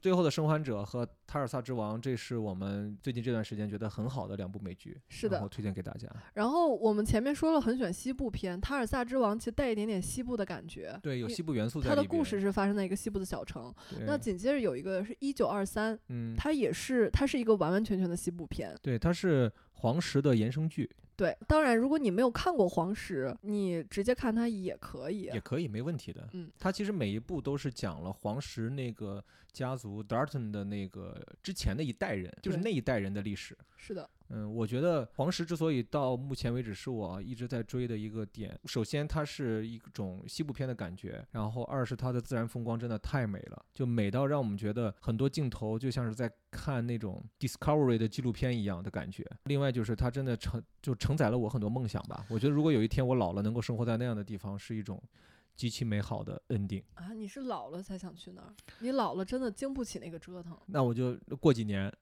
Speaker 1: 最后的生还者和塔尔萨之王，这是我们最近这段时间觉得很好的两部美剧，
Speaker 2: 是
Speaker 1: 然
Speaker 2: 的
Speaker 1: 后推荐给大家。
Speaker 2: 然后我们前面说了很喜欢西部片，《塔尔萨之王》其实带一点点西部的感觉。
Speaker 1: 对，有
Speaker 2: 因
Speaker 1: 西部元素在
Speaker 2: 它
Speaker 1: 里
Speaker 2: 的
Speaker 1: 边。
Speaker 2: 故事是发生在一个西部的小城。
Speaker 1: 对，
Speaker 2: 那紧接着有一个是一九二三，
Speaker 1: 嗯，
Speaker 2: 它也是它是一个完完全全的西部片。
Speaker 1: 对，它是黄石的衍生剧，
Speaker 2: 对，当然如果你没有看过黄石，你直接看它也可以。
Speaker 1: 也可以，没问题的。
Speaker 2: 啊嗯，
Speaker 1: 它其实每一部都是讲了黄石那个家族 Darton 的那个之前的一代人，就是
Speaker 2: 对
Speaker 1: 那一代人的历史。
Speaker 2: 是的，
Speaker 1: 嗯，我觉得黄石之所以到目前为止是我一直在追的一个点，首先它是一种西部片的感觉，然后二是它的自然风光真的太美了，就美到让我们觉得很多镜头就像是在看那种 Discovery 的纪录片一样的感觉。另外就是它真的承就承载了我很多梦想吧。我觉得如果有一天我老了能够生活在那样的地方，是一种极其美好的 ending。
Speaker 2: 啊，你是老了才想去那儿，你老了真的经不起那个折腾。
Speaker 1: 那我就过几年。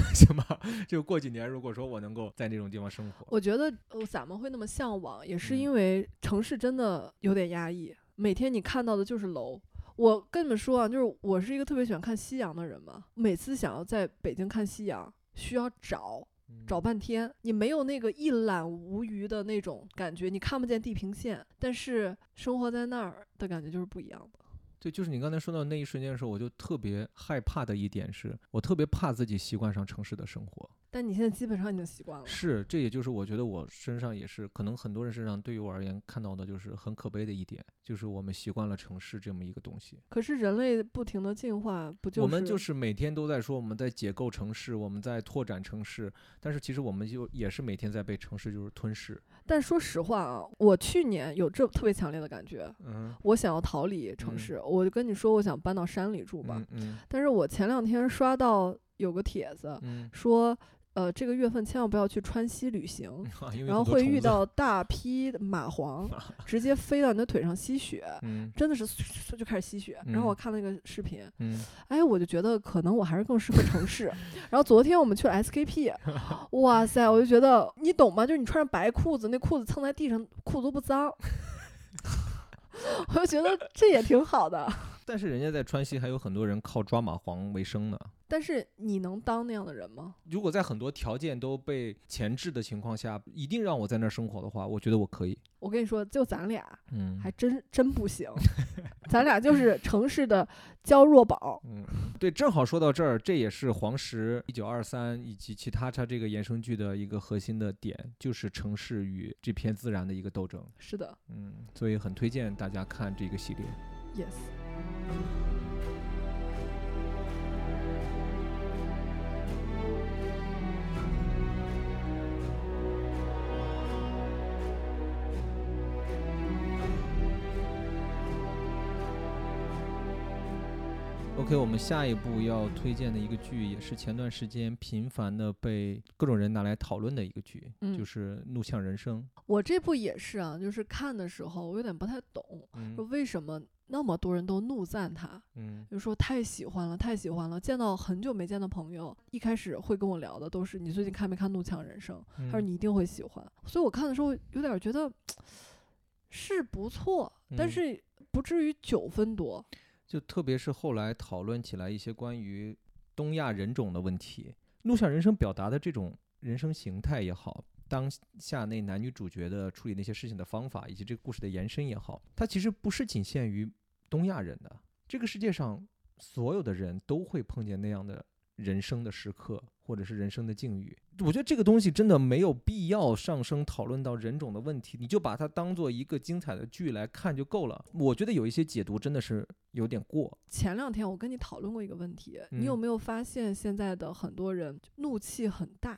Speaker 1: 行吧，就过几年，如果说我能够在那种地方生活，
Speaker 2: 我觉得呃，咱们会那么向往，也是
Speaker 1: 嗯
Speaker 2: 因为城市真的有点压抑，每天你看到的就是楼。我跟你们说啊，就是我是一个特别喜欢看夕阳的人嘛，每次想要在北京看夕阳，需要找
Speaker 1: 嗯
Speaker 2: 找半天，你没有那个一览无余的那种感觉，你看不见地平线，但是生活在那儿的感觉就是不一样的。
Speaker 1: 对，就是你刚才说到那一瞬间的时候，我就特别害怕的一点是，我特别怕自己习惯上城市的生活。
Speaker 2: 但你现在基本上已经习惯了，
Speaker 1: 是，这也就是我觉得我身上也是，可能很多人身上对于我而言看到的就是很可悲的一点，就是我们习惯了城市这么一个东西。
Speaker 2: 可是人类不停的进化，不就是
Speaker 1: 我们就是每天都在说我们在解构城市，我们在拓展城市，但是其实我们就也是每天在被城市就是吞噬。
Speaker 2: 但说实话啊，我去年有这特别强烈的感觉，
Speaker 1: 嗯，
Speaker 2: 我想要逃离
Speaker 1: 嗯
Speaker 2: 城市，我就跟你说，我想搬到山里住吧。
Speaker 1: 嗯嗯
Speaker 2: 但是我前两天刷到有个帖子
Speaker 1: 嗯，
Speaker 2: 说，呃，这个月份千万不要去川西旅行，
Speaker 1: 嗯 因为
Speaker 2: 然后
Speaker 1: 很多
Speaker 2: 会
Speaker 1: 虫
Speaker 2: 遇
Speaker 1: 子，
Speaker 2: 到大批的 蚂蟥，直接飞到你的腿上吸血。
Speaker 1: 嗯
Speaker 2: 真的是嗖嗖嗖就开始吸血，然后我
Speaker 1: 嗯
Speaker 2: 看了那个视频，
Speaker 1: 嗯，
Speaker 2: 哎，我就觉得可能我还是更适合城市。然后昨天我们去了 SKP，哇塞，我就觉得你懂吗？就是你穿上白裤子，那裤子蹭在地上，裤子都 不脏。我就觉得这也挺好的，
Speaker 1: 但是人家在川西还有很多人靠抓蚂蟥为生呢。
Speaker 2: 但是你能当那样的人吗？
Speaker 1: 如果在很多条件都被前置的情况下，一定让我在那儿生活的话，我觉得我可以。
Speaker 2: 我跟你说，就咱俩
Speaker 1: 嗯
Speaker 2: 还真真 不行，咱俩就是城市的娇弱宝。
Speaker 1: 嗯，对，正好说到这儿，这也是黄石一九二三以及其他它这个衍生剧的一个核心的点，就是城市与这片自然的一个斗争。
Speaker 2: 是的
Speaker 1: 嗯，所以很推荐大家看这个系列。
Speaker 2: ，yes。
Speaker 1: OK，我们下一步要推荐的一个剧，也是前段时间频繁的被各种人拿来讨论的一个剧，
Speaker 2: 嗯
Speaker 1: 就是《怒呛人生
Speaker 2: 我这部也是啊，就是看的时候我有点不太懂，》。说
Speaker 1: 嗯
Speaker 2: 为什么那么多人都怒赞他，
Speaker 1: 嗯
Speaker 2: 就说太喜欢了，太喜欢了。见到很久没见的朋友，一开始会跟我聊的都是你最近看没看《怒呛人生》，
Speaker 1: 嗯，
Speaker 2: 他说你一定会喜欢。所以我看的时候有点觉得是不错，但
Speaker 1: 嗯
Speaker 2: 是不至于九分多。
Speaker 1: 就特别是后来讨论起来一些关于东亚人种的问题，录像人生表达的这种人生形态也好，当下那男女主角的处理那些事情的方法，以及这个故事的延伸也好，它其实不是仅限于东亚人的。这个世界上所有的人都会碰见那样的人生的时刻，或者是人生的境遇。我觉得这个东西真的没有必要上升讨论到人种的问题，你就把它当做一个精彩的剧来看就够了。我觉得有一些解读真的是有点过，
Speaker 2: 前两天我跟你讨论过一个问题，你有
Speaker 1: 嗯
Speaker 2: 没有发现现在的很多人怒气很大？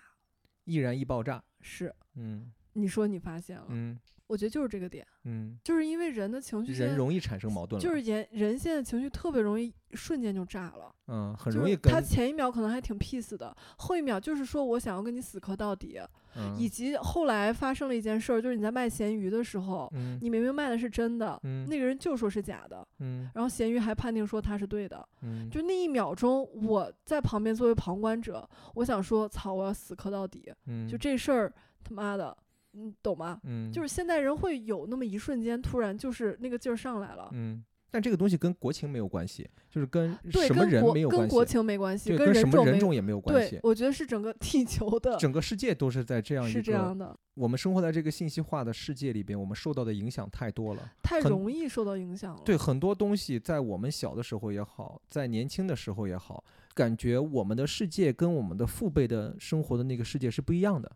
Speaker 1: 易燃易爆炸。
Speaker 2: 是
Speaker 1: 嗯
Speaker 2: 你说你发现了，
Speaker 1: 嗯
Speaker 2: 我觉得就是这个点，
Speaker 1: 嗯，
Speaker 2: 就是因为人的情绪现
Speaker 1: 人
Speaker 2: 在
Speaker 1: 容易产生矛盾了，
Speaker 2: 就是人人现在情绪特别容易瞬间就炸了，
Speaker 1: 嗯，很
Speaker 2: 就
Speaker 1: 容
Speaker 2: 是
Speaker 1: 易跟
Speaker 2: 他前一秒可能还挺 peace 的，后一秒就是说我想要跟你死磕到底，
Speaker 1: 嗯
Speaker 2: 以及后来发生了一件事儿，就是你在卖咸鱼的时候，
Speaker 1: 嗯
Speaker 2: 你明明卖的是真的，
Speaker 1: 嗯
Speaker 2: 那个人就说是假的，
Speaker 1: 嗯
Speaker 2: 然后咸鱼还判定说他是对的，
Speaker 1: 嗯，
Speaker 2: 就那一秒钟，我在旁边作为旁观者，我想说操，我要死磕到底，
Speaker 1: 嗯
Speaker 2: 就这事儿他妈的，你懂吗？
Speaker 1: 嗯
Speaker 2: 就是现代人会有那么一瞬间，突然就是那个劲儿上来了。
Speaker 1: 嗯，但这个东西跟国情没有关系，就是跟
Speaker 2: 对，
Speaker 1: 什么
Speaker 2: 跟
Speaker 1: 人
Speaker 2: 国
Speaker 1: 没有
Speaker 2: 跟
Speaker 1: 关系，
Speaker 2: 国情没关系，
Speaker 1: 对，
Speaker 2: 跟
Speaker 1: 跟什么
Speaker 2: 种
Speaker 1: 人
Speaker 2: 没
Speaker 1: 种也没有关
Speaker 2: 对
Speaker 1: 系，。
Speaker 2: 我觉得 是整个地球的，
Speaker 1: 整个世界都是在这样一
Speaker 2: 是这
Speaker 1: 个
Speaker 2: 样，的，
Speaker 1: 我们生活在这个信息化的世界里边，我们受到的影响太多了。
Speaker 2: 太
Speaker 1: 很
Speaker 2: 容易受到影响了。
Speaker 1: 对很多东西，在我们小的时候也好，在年轻的时候也好，感觉我们的世界跟我们的父辈的生活的那个世界是不一样的。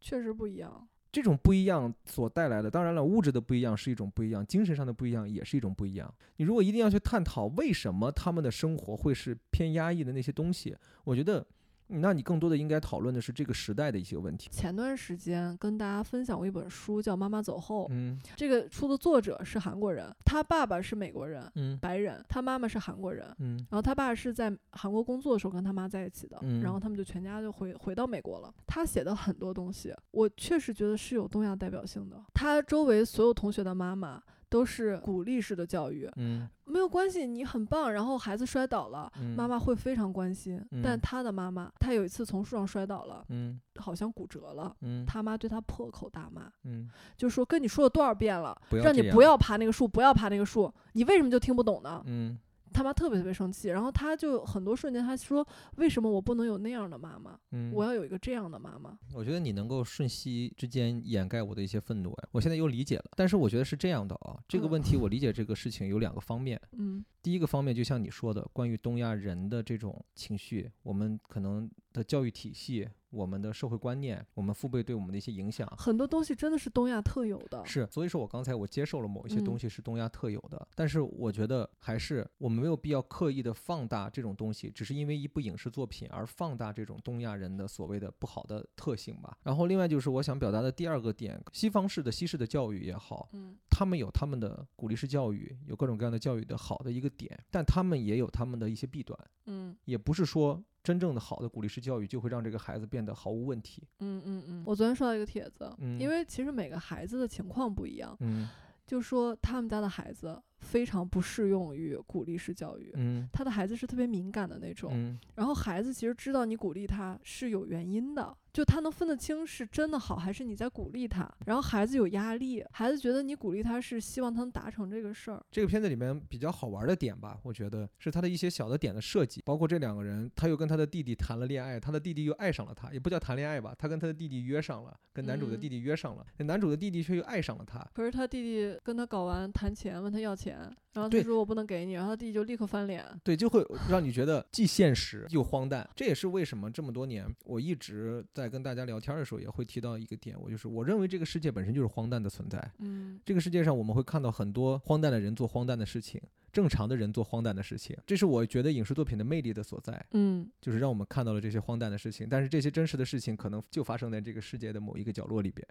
Speaker 2: 确实不一样。
Speaker 1: 这种不一样所带来的，当然了，物质的不一样是一种不一样，精神上的不一样也是一种不一样。你如果一定要去探讨为什么他们的生活会是偏压抑的那些东西，我觉得，嗯那你更多的应该讨论的是这个时代的一些问题。
Speaker 2: 前段时间跟大家分享过一本书，叫《妈妈走后》，
Speaker 1: 嗯
Speaker 2: 这个书的作者是韩国人，他爸爸是美国人，
Speaker 1: 嗯
Speaker 2: 白人，他妈妈是韩国人。
Speaker 1: 嗯
Speaker 2: 然后他爸是在韩国工作的时候跟他妈在一起的，
Speaker 1: 嗯
Speaker 2: 然后他们就全家就回回到美国了。他写的很多东西，我确实觉得是有东亚代表性的。他周围所有同学的妈妈都是鼓励式的教育，
Speaker 1: 嗯
Speaker 2: 没有关系，你很棒。然后孩子摔倒了，
Speaker 1: 嗯
Speaker 2: 妈妈会非常关心。但
Speaker 1: 嗯
Speaker 2: 他的妈妈，他有一次从树上摔倒了，
Speaker 1: 嗯
Speaker 2: 好像骨折了。
Speaker 1: 嗯
Speaker 2: 他妈对他破口大骂，
Speaker 1: 嗯，
Speaker 2: 就说跟你说了多少遍了，
Speaker 1: 不要
Speaker 2: 让你
Speaker 1: 这
Speaker 2: 不
Speaker 1: 样
Speaker 2: 要爬那个树，不要爬那个树，你为什么就听不懂呢？
Speaker 1: 嗯
Speaker 2: 他妈特别特别生气，然后他就很多瞬间他说：“为什么我不能有那样的妈妈？
Speaker 1: 嗯，
Speaker 2: 我要有一个这样的妈妈。
Speaker 1: 我觉得你能够瞬息之间掩盖我的一些愤怒，哎，我现在又理解了。但是我觉得是这样的啊，这个
Speaker 2: 嗯
Speaker 1: 问题我理解这个事情有两个方面。”
Speaker 2: 嗯，
Speaker 1: 第一个方面，就像你说的，关于东亚人的这种情绪，我们可能的教育体系、我们的社会观念、我们父辈对我们的一些影响，
Speaker 2: 很多东西真的是东亚特有的。
Speaker 1: 是。所以说我刚才我接受了某一些
Speaker 2: 嗯
Speaker 1: 东西是东亚特有的，但是我觉得还是我们没有必要刻意的放大这种东西，只是因为一部影视作品而放大这种东亚人的所谓的不好的特性吧。然后另外就是我想表达的第二个点，西方式的西式的教育也好，
Speaker 2: 嗯，
Speaker 1: 他们有他们的鼓励式教育，有各种各样的教育的好的一个点，但他们也有他们的一些弊端。
Speaker 2: 嗯
Speaker 1: 也不是说真正的好的鼓励式教育就会让这个孩子变得毫无问题。
Speaker 2: 嗯嗯嗯。我昨天刷到一个帖子，
Speaker 1: 嗯
Speaker 2: 因为其实每个孩子的情况不一样，
Speaker 1: 嗯
Speaker 2: 就说他们家的孩子非常不适用于鼓励式教育。
Speaker 1: 嗯
Speaker 2: 他的孩子是特别敏感的那种，
Speaker 1: 嗯
Speaker 2: 然后孩子其实知道你鼓励他是有原因的，就他能分得清是真的好还是你在鼓励他。然后孩子有压力，孩子觉得你鼓励他是希望他能达成这个事儿。
Speaker 1: 这个片子里面比较好玩的点吧，我觉得是他的一些小的点的设计，包括这两个人，他又跟他的弟弟谈了恋爱，他的弟弟又爱上了他，也不叫谈恋爱吧，他跟他的弟弟约上了，跟男主的
Speaker 2: 嗯
Speaker 1: 弟弟约上了，那男主的弟弟却又爱上了他。
Speaker 2: 可是他弟弟跟他搞完谈钱，问他要钱，然后他
Speaker 1: 对
Speaker 2: 说我不能给你，然后他弟弟就立刻翻脸。
Speaker 1: 对，就会让你觉得既现实又荒诞。这也是为什么这么多年我一直在跟大家聊天的时候也会提到一个点，我就是我认为这个世界本身就是荒诞的存在。
Speaker 2: 嗯
Speaker 1: 这个世界上我们会看到很多荒诞的人做荒诞的事情，正常的人做荒诞的事情，这是我觉得影视作品的魅力的所在，
Speaker 2: 嗯，
Speaker 1: 就是让我们看到了这些荒诞的事情，但是这些真实的事情可能就发生在这个世界的某一个角落里边。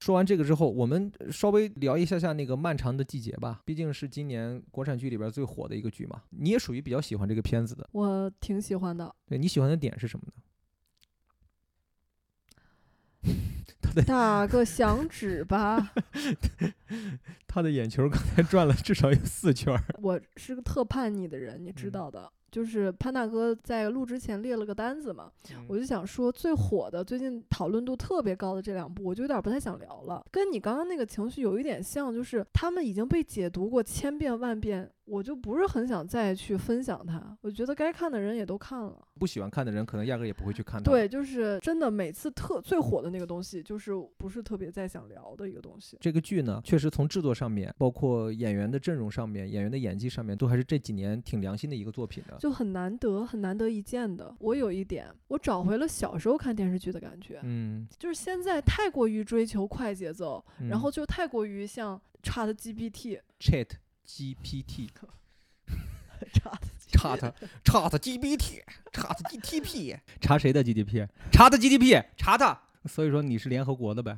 Speaker 1: 说完这个之后，我们稍微聊一下下那个漫长的季节吧，毕竟是今年国产剧里边最火的一个剧嘛。你也属于比较喜欢这个片子的，
Speaker 2: 我挺喜欢的。
Speaker 1: 对你喜欢的点是什么呢？
Speaker 2: 打个响指吧，
Speaker 1: 他的眼球刚才转了至少有四圈儿。
Speaker 2: 我是个特叛逆的人，你知
Speaker 1: 嗯
Speaker 2: 道的。就是潘大哥在录之前列了个单子嘛，
Speaker 1: 嗯
Speaker 2: 我就想说，最火的、最近讨论度特别高的这两部，我就有点不太想聊了。跟你刚刚那个情绪有一点像，就是他们已经被解读过千遍万遍，我就不是很想再去分享它。我觉得该看的人也都看了。
Speaker 1: 不喜欢看的人可能压根儿也不会去看它。
Speaker 2: 对，就是真的，每次特最火的那个东西，就是不是特别再想聊的一个东西。
Speaker 1: 这个剧呢，确实从制作上面，包括演员的阵容上面、演员的演技上面，都还是这几年挺良心的一个作品的。
Speaker 2: 就很难得，很难得一见的。我有一点，我找回了小时候看电视剧的感觉，
Speaker 1: 嗯，
Speaker 2: 就是现在太过于追求快节奏，然
Speaker 1: 嗯
Speaker 2: 后就太过于像 Chat GPT，
Speaker 1: Chat GPT、
Speaker 2: 差的
Speaker 1: Chat Chat GPT、Chat GTP，查谁的 GDP？查他 GDP，查他。所以说你是联合国的呗？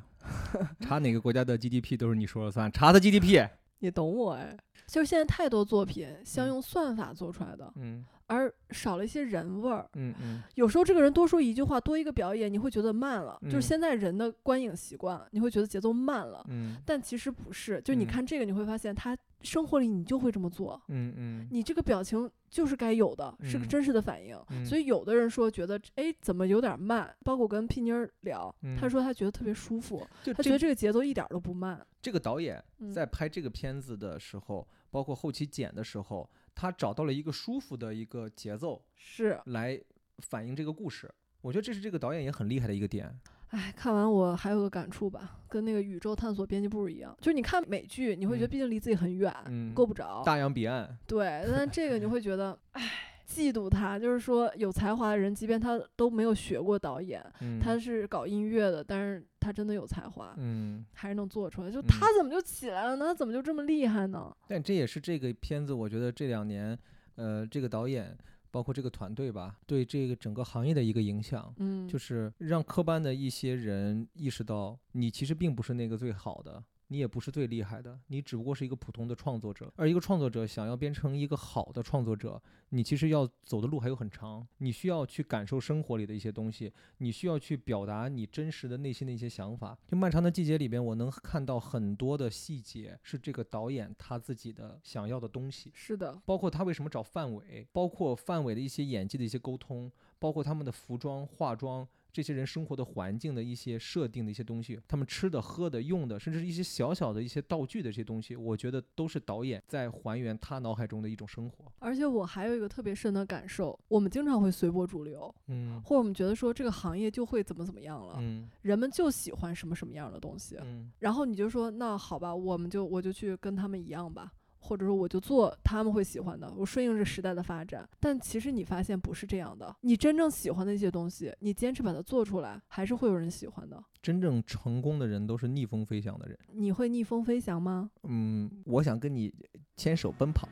Speaker 1: 查哪个国家的 GDP 都是你说了算，查他 GDP。
Speaker 2: 你懂我哎。就是现在太多作品像用算法做出来的，
Speaker 1: 嗯
Speaker 2: 而少了一些人味儿。
Speaker 1: 嗯嗯，
Speaker 2: 有时候这个人多说一句话，多一个表演，你会觉得慢了。就
Speaker 1: 嗯
Speaker 2: 是现在人的观影习惯，你会觉得节奏慢了。
Speaker 1: 嗯
Speaker 2: 但其实不是，就你
Speaker 1: 嗯
Speaker 2: 看这个，你会发现他生活里你就会这么做，
Speaker 1: 嗯嗯，
Speaker 2: 你这个表情就是该有的，是个
Speaker 1: 嗯
Speaker 2: 真实的反应。
Speaker 1: 嗯
Speaker 2: 所以有的人说觉得，哎，怎么有点慢？包括我跟屁妮儿聊，她
Speaker 1: 嗯
Speaker 2: 说她觉得特别舒服，
Speaker 1: 就
Speaker 2: 她觉得
Speaker 1: 这
Speaker 2: 这个节奏一点儿都不慢。
Speaker 1: 这个导演
Speaker 2: 嗯
Speaker 1: 在拍这个片子的时候，包括后期剪的时候，他找到了一个舒服的一个节奏
Speaker 2: 是，
Speaker 1: 来反映这个故事。我觉得这是这个导演也很厉害的一个点。
Speaker 2: 哎，看完我还有个感触吧，跟那个宇宙探索编辑部一样，就是你看美剧，你会觉得
Speaker 1: 嗯
Speaker 2: 毕竟离自己很远，
Speaker 1: 嗯，
Speaker 2: 够不着。
Speaker 1: 大洋彼岸。
Speaker 2: 对，但这个你会觉得，哎，嫉妒他，就是说有才华的人，即便他都没有学过导演，
Speaker 1: 嗯，
Speaker 2: 他是搞音乐的，但是他真的有才华，
Speaker 1: 嗯，
Speaker 2: 还是能做出来。就
Speaker 1: 嗯
Speaker 2: 他怎么就起来了呢？他怎么就这么厉害呢？
Speaker 1: 但这也是这个片子，我觉得这两年，呃，这个导演包括这个团队吧，对这个整个行业的一个影响。
Speaker 2: 嗯，
Speaker 1: 就是让科班的一些人意识到，你其实并不是那个最好的，你也不是最厉害的，你只不过是一个普通的创作者。而一个创作者想要变成一个好的创作者，你其实要走的路还有很长，你需要去感受生活里的一些东西，你需要去表达你真实的内心的一些想法。就《漫长的季节》里边，我能看到很多的细节是这个导演他自己的想要的东西。
Speaker 2: 是的，
Speaker 1: 包括他为什么找范伟，包括范伟的一些演技的一些沟通，包括他们的服装、化妆，这些人生活的环境的一些设定的一些东西，他们吃的、喝的、用的，甚至是一些小小的一些道具的这些东西，我觉得都是导演在还原他脑海中的一种生活。
Speaker 2: 而且我还有一个特别深的感受，我们经常会随波逐流，
Speaker 1: 嗯
Speaker 2: 或者我们觉得说这个行业就会怎么怎么样了，
Speaker 1: 嗯
Speaker 2: 人们就喜欢什么什么样的东西，
Speaker 1: 嗯
Speaker 2: 然后你就说那好吧，我们就我就去跟他们一样吧，或者说我就做他们会喜欢的，我顺应着时代的发展。但其实你发现不是这样的，你真正喜欢的一些东西，你坚持把它做出来，还是会有人喜欢的。
Speaker 1: 真正成功的人都是逆风飞翔的人。
Speaker 2: 你会逆风飞翔吗？
Speaker 1: 嗯，我想跟你牵手奔跑。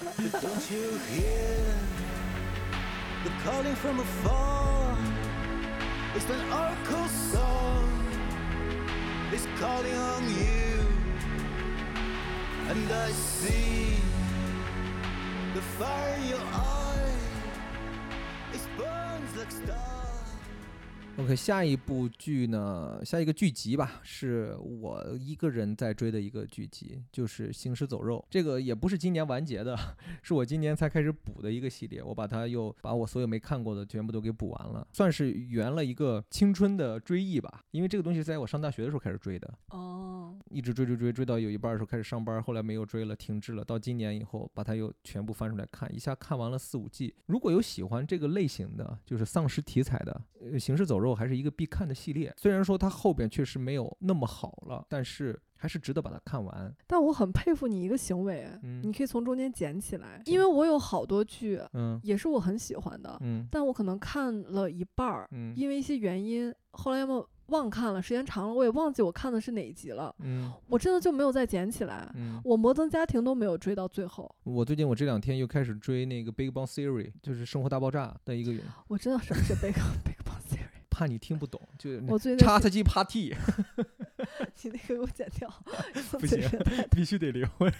Speaker 3: Don't you hear? They're calling from afar. It's an oracle song. It's calling on you. And I see the fire in your eye. It burns like stars.
Speaker 1: OK，下一部剧呢，下一个剧集吧，是我一个人在追的一个剧集，就是《行尸走肉》。这个也不是今年完结的， 是我今年才开始补的一个系列。我把它又把我所有没看过的全部都给补完了，算是圆了一个青春的追忆吧。因为这个东西是在我上大学的时候开始追的，
Speaker 2: 哦，
Speaker 1: 一直追追追追到有一半的时候开始上班，后来没有追了，停滞了。到今年以后，把它又全部翻出来看，一下看完了四五季。如果有喜欢这个类型的，就是丧尸题材的，呃，《行尸走肉》还是一个必看的系列。虽然说它后边确实没有那么好了，但是还是值得把它看完。
Speaker 2: 但我很佩服你一个行为，
Speaker 1: 嗯
Speaker 2: 你可以从中间捡起来，因为我有好多剧
Speaker 1: 嗯
Speaker 2: 也是我很喜欢的，
Speaker 1: 嗯
Speaker 2: 但我可能看了一半儿，
Speaker 1: 嗯
Speaker 2: 因为一些原因，后来要么忘看了，时间长了我也忘记我看的是哪一集了，
Speaker 1: 嗯
Speaker 2: 我真的就没有再捡起来。
Speaker 1: 嗯。
Speaker 2: 我《摩登家庭》都没有追到最后，
Speaker 1: 我最近我这两天又开始追那个《Big Bang Theory》，就是《生活大爆炸》的一个原因，
Speaker 2: 我知道什么是 Big Big Bang Theory。
Speaker 1: 怕你听不懂，就是那
Speaker 2: 我最近在
Speaker 1: 叉 T G 啪 T，
Speaker 2: 写你那个给我剪掉，
Speaker 1: 不行
Speaker 2: 就是
Speaker 1: 必须得离婚。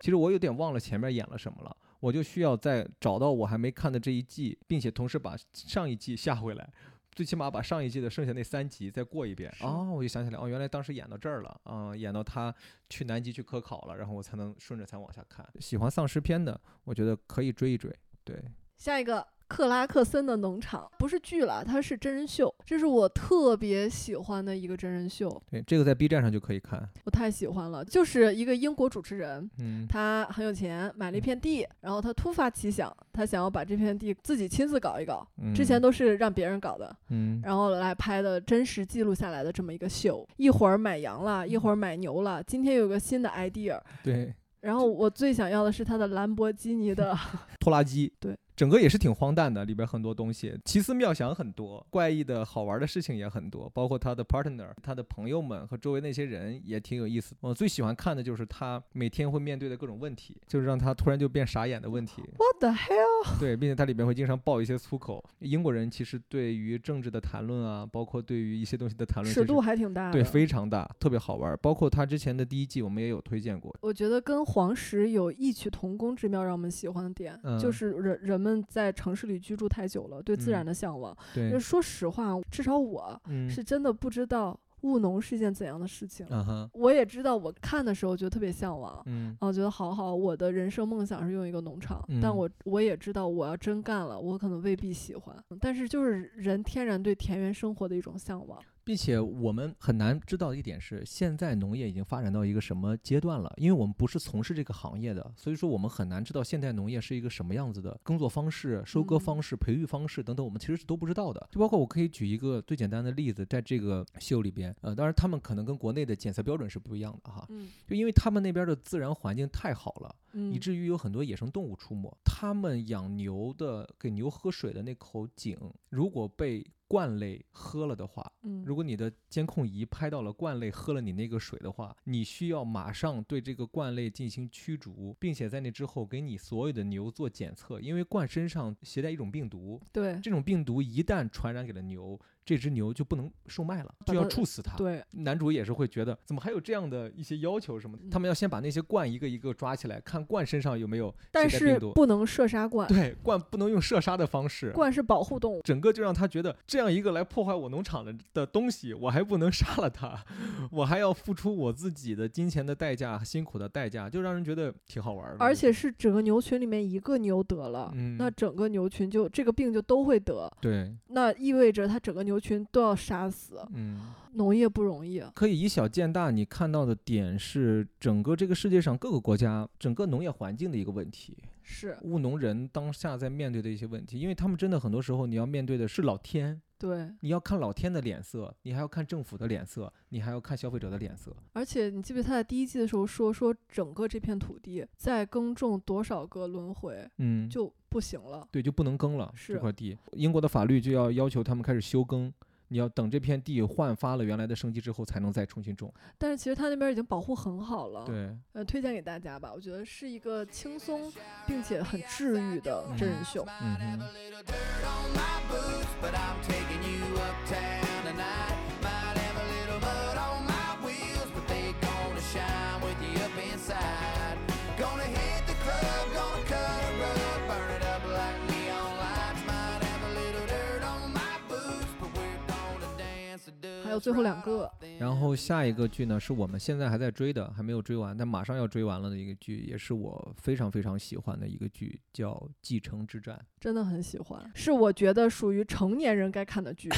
Speaker 1: 其实我有点忘了前面演了什么了，我就需要再找到我还没看的这一季，并且同时把上一季下回来，最起码把上一季的剩下那三集再过一遍。
Speaker 2: 是
Speaker 1: 哦，我就想起来，哦，原来当时演到这儿了，嗯、演到他去南极去科考了，然后我才能顺着才往下看。喜欢丧尸片的，我觉得可以追一追。对，
Speaker 2: 下一个克拉克森的农场不是剧了，它是真人秀，这是我特别喜欢的一个真人秀，
Speaker 1: 对，这个在 B 站上就可以看。
Speaker 2: 我太喜欢了。就是一个英国主持人，
Speaker 1: 嗯，
Speaker 2: 他很有钱，买了一片地，然后他突发奇想，他想要把这片地自己亲自搞一搞，之前
Speaker 1: 都
Speaker 2: 都是让别人搞的，
Speaker 1: 嗯
Speaker 2: 然后来拍的真实记录下来的这么一个秀。一会儿买羊了，一
Speaker 1: 嗯
Speaker 2: 会儿买牛了，今天有个新的 idea。
Speaker 1: 对
Speaker 2: 然后我最想要的是他的兰博基尼的，
Speaker 1: 拖拉机，
Speaker 2: 对
Speaker 1: 整个也是挺荒诞的，里边很多东西奇思妙想很多，怪异的好玩的事情也很多，包括他的 partner、他的朋友们和周围那些人也挺有意思。我最喜欢看的就是他每天会面对的各种问题，就是让他突然就变傻眼的问题。
Speaker 2: What the hell？
Speaker 1: 对，并且它里面会经常爆一些粗口。英国人其实对于政治的谈论啊，包括对于一些东西的谈论，
Speaker 2: 尺度还挺大的。
Speaker 1: 对非常大，特别好玩儿。包括他之前的第一季，我们也有推荐过。
Speaker 2: 我觉得跟黄石有异曲同工之妙，让我们喜欢的点、
Speaker 1: 嗯
Speaker 2: 就是人人们在城市里居住太久了，对自然
Speaker 1: 嗯
Speaker 2: 的向往。
Speaker 1: 对
Speaker 2: 就，说实话，至少我
Speaker 1: 嗯，
Speaker 2: 是真的不知道务农是一件怎样的事情。
Speaker 1: 啊哈，
Speaker 2: 我也知道，我看的时候就特别向往。
Speaker 1: 嗯
Speaker 2: 啊，我觉得好好，我的人生梦想是用一个农场，但
Speaker 1: 嗯
Speaker 2: 我我也知道，我要真干了，我可能未必喜欢。但是就是人天然对田园生活的一种向往，
Speaker 1: 并且我们很难知道的一点是，现在农业已经发展到一个什么阶段了，因为我们不是从事这个行业的，所以说我们很难知道现代农业是一个什么样子的耕作方式、收割
Speaker 2: 嗯
Speaker 1: 方式、培育方式等等，我们其实是都不知道的。就包括我可以举一个最简单的例子，在这个秀里边，呃，当然他们可能跟国内的检测标准是不一样的哈，
Speaker 2: 嗯
Speaker 1: 就因为他们那边的自然环境太好了。
Speaker 2: 嗯，
Speaker 1: 以至于有很多野生动物出没。他们养牛的，给牛喝水的那口井，如果被惯类喝了的话，
Speaker 2: 嗯
Speaker 1: 如果你的监控仪拍到了惯类喝了你那个水的话，你需要马上对这个惯类进行驱逐，并且在那之后给你所有的牛做检测，因为惯身上携带一种病毒，
Speaker 2: 对
Speaker 1: 这种病毒一旦传染给了牛，这只牛就不能售卖了，
Speaker 2: 把
Speaker 1: 就要
Speaker 2: 它
Speaker 1: 处死它。
Speaker 2: 对，
Speaker 1: 男主也是会觉得，怎么还有这样的一些要求什么
Speaker 2: 嗯
Speaker 1: 的？他们要先把那些罐一个一个抓起来，看罐身上有没有
Speaker 2: 但
Speaker 1: 携带
Speaker 2: 是
Speaker 1: 病毒。
Speaker 2: 不能射杀惯，
Speaker 1: 对，罐不能用射杀的方式。
Speaker 2: 惯是保护动物。
Speaker 1: 整个就让他觉得这样一个来破坏我农场的的东西，我还不能 杀了他，我还要付出我自己的金钱的代价、辛苦的代价，就让人觉得挺好玩儿的。
Speaker 2: 而且是整个牛群里面一个牛得了，
Speaker 1: 嗯
Speaker 2: 那整个牛群就这个病就都会得，
Speaker 1: 对，
Speaker 2: 那意味着它整个牛群都要杀死。
Speaker 1: 嗯，
Speaker 2: 农业不容易，
Speaker 1: 可以以小见大，你看到的点是整个这个世界上各个国家整个农业环境的一个问题。
Speaker 2: 是
Speaker 1: 务农人当下在面对的一些问题，因为他们真的很多时候你要面对的是老天，
Speaker 2: 对。
Speaker 1: 你要看老天的脸色，你还要看政府的脸色，你还要看消费者的脸色。
Speaker 2: 而且你记不记得他在第一季的时候说，说整个这片土地在耕种多少个轮回
Speaker 1: 嗯，
Speaker 2: 就不行了。
Speaker 1: 对，就不能耕了这
Speaker 2: 是
Speaker 1: 块地。英国的法律就要要求他们开始休耕，你要等这片地焕发了原来的生机之后，才能再重新种。
Speaker 2: 但是其实他那边已经保护很好了，
Speaker 1: 对，
Speaker 2: 呃，推荐给大家吧。我觉得是一个轻松并且很治愈的
Speaker 1: 嗯
Speaker 2: 真人秀。
Speaker 1: 嗯
Speaker 3: Might have
Speaker 1: 哼
Speaker 3: a little dirt on my boots, but I'm taking you uptown tonight. Might have a little mud on my wheels, but they gonna shine with you up inside. Gonna hit the club, gonna cut a rug, burn it up like neon lights. Might have a little dirt on my boots, but we're gonna dance the
Speaker 2: 还有最后两个，
Speaker 1: 然后下一个剧呢，是我们现在还在追的，还没有追完，但马上要追完了的一个剧，也是我非常非常喜欢的一个剧，叫《继承之战》。
Speaker 2: 真的很喜欢，是我觉得属于成年人该看的 剧。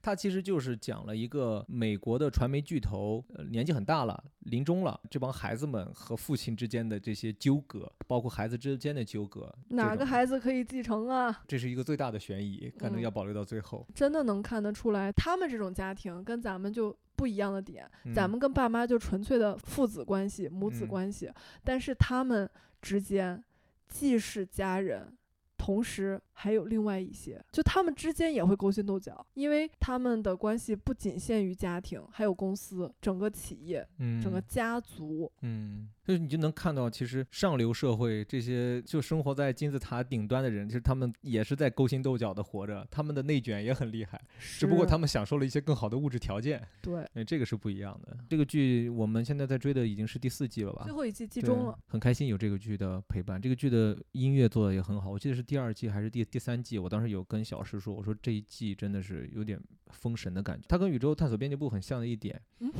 Speaker 1: 它其实就是讲了一个美国的传媒巨头，呃，年纪很大了，临终了，这帮孩子们和父亲之间的这些纠葛，包括孩子之间的纠葛，
Speaker 2: 哪个孩嗯
Speaker 1: 子？
Speaker 2: 子可以继承啊？
Speaker 1: 这是一个最大的悬疑，可能要保留到最后。
Speaker 2: 真的能看得出来，他们这种家庭跟咱们就不一样的点。咱
Speaker 1: 嗯
Speaker 2: 们跟爸妈就纯粹的父子关系、母子
Speaker 1: 嗯
Speaker 2: 关系，但是他们之间既是家人。同时还有另外一些，就他们之间也会勾心斗角，因为他们的关系不仅限于家庭，还有公司、整个企业、
Speaker 1: 嗯
Speaker 2: 整个家族。
Speaker 1: 嗯，就是你就能看到，其实上流社会这些就生活在金字塔顶端的人，其实他们也是在勾心斗角的活着，他们的内卷也很厉害，只不过
Speaker 2: 是
Speaker 1: 他们享受了一些更好的物质条件，
Speaker 2: 对
Speaker 1: 哎，这个是不一样的。这个剧我们现在在追的已经是第四季了吧
Speaker 2: 最？后一季集
Speaker 1: 啊对
Speaker 2: 中了，，
Speaker 1: 很开心有这个剧的陪伴。这个剧的音乐做的也很好，我记得是第二季还是第第三季，我当时有跟小石说，我说这一季真的是有点封神的感觉。它跟《宇宙探索编辑部》很像的一点，
Speaker 2: 嗯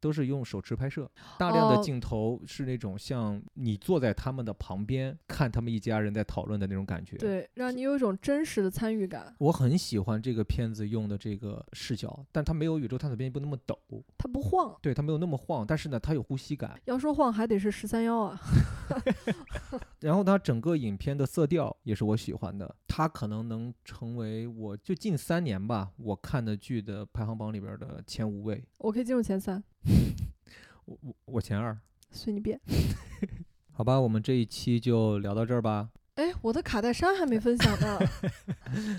Speaker 1: 都是用手持拍摄，大量的
Speaker 2: 哦
Speaker 1: 镜头是那种像你坐在他们的旁边看他们一家人在讨论的那种感觉。。
Speaker 2: 对，让你有一种真实的参与感。
Speaker 1: 我很喜欢这个片子用的这个视角，但它没有《宇宙探索编辑部》那么抖，
Speaker 2: 它不晃，
Speaker 1: 对，它没有那么晃，但是呢，它有呼吸感。
Speaker 2: 要说晃还得是十三幺啊。
Speaker 1: 然后它整个影片的色调也是我喜欢的，它可能能成为我就近三年吧我看的剧的排行榜里边儿的前五位，
Speaker 2: 我可以进入前三，
Speaker 1: 我我我前二。
Speaker 2: 随你便。
Speaker 1: 好吧，我们这一期就聊到这儿吧。
Speaker 2: 哎，我的卡戴珊还没分享呢。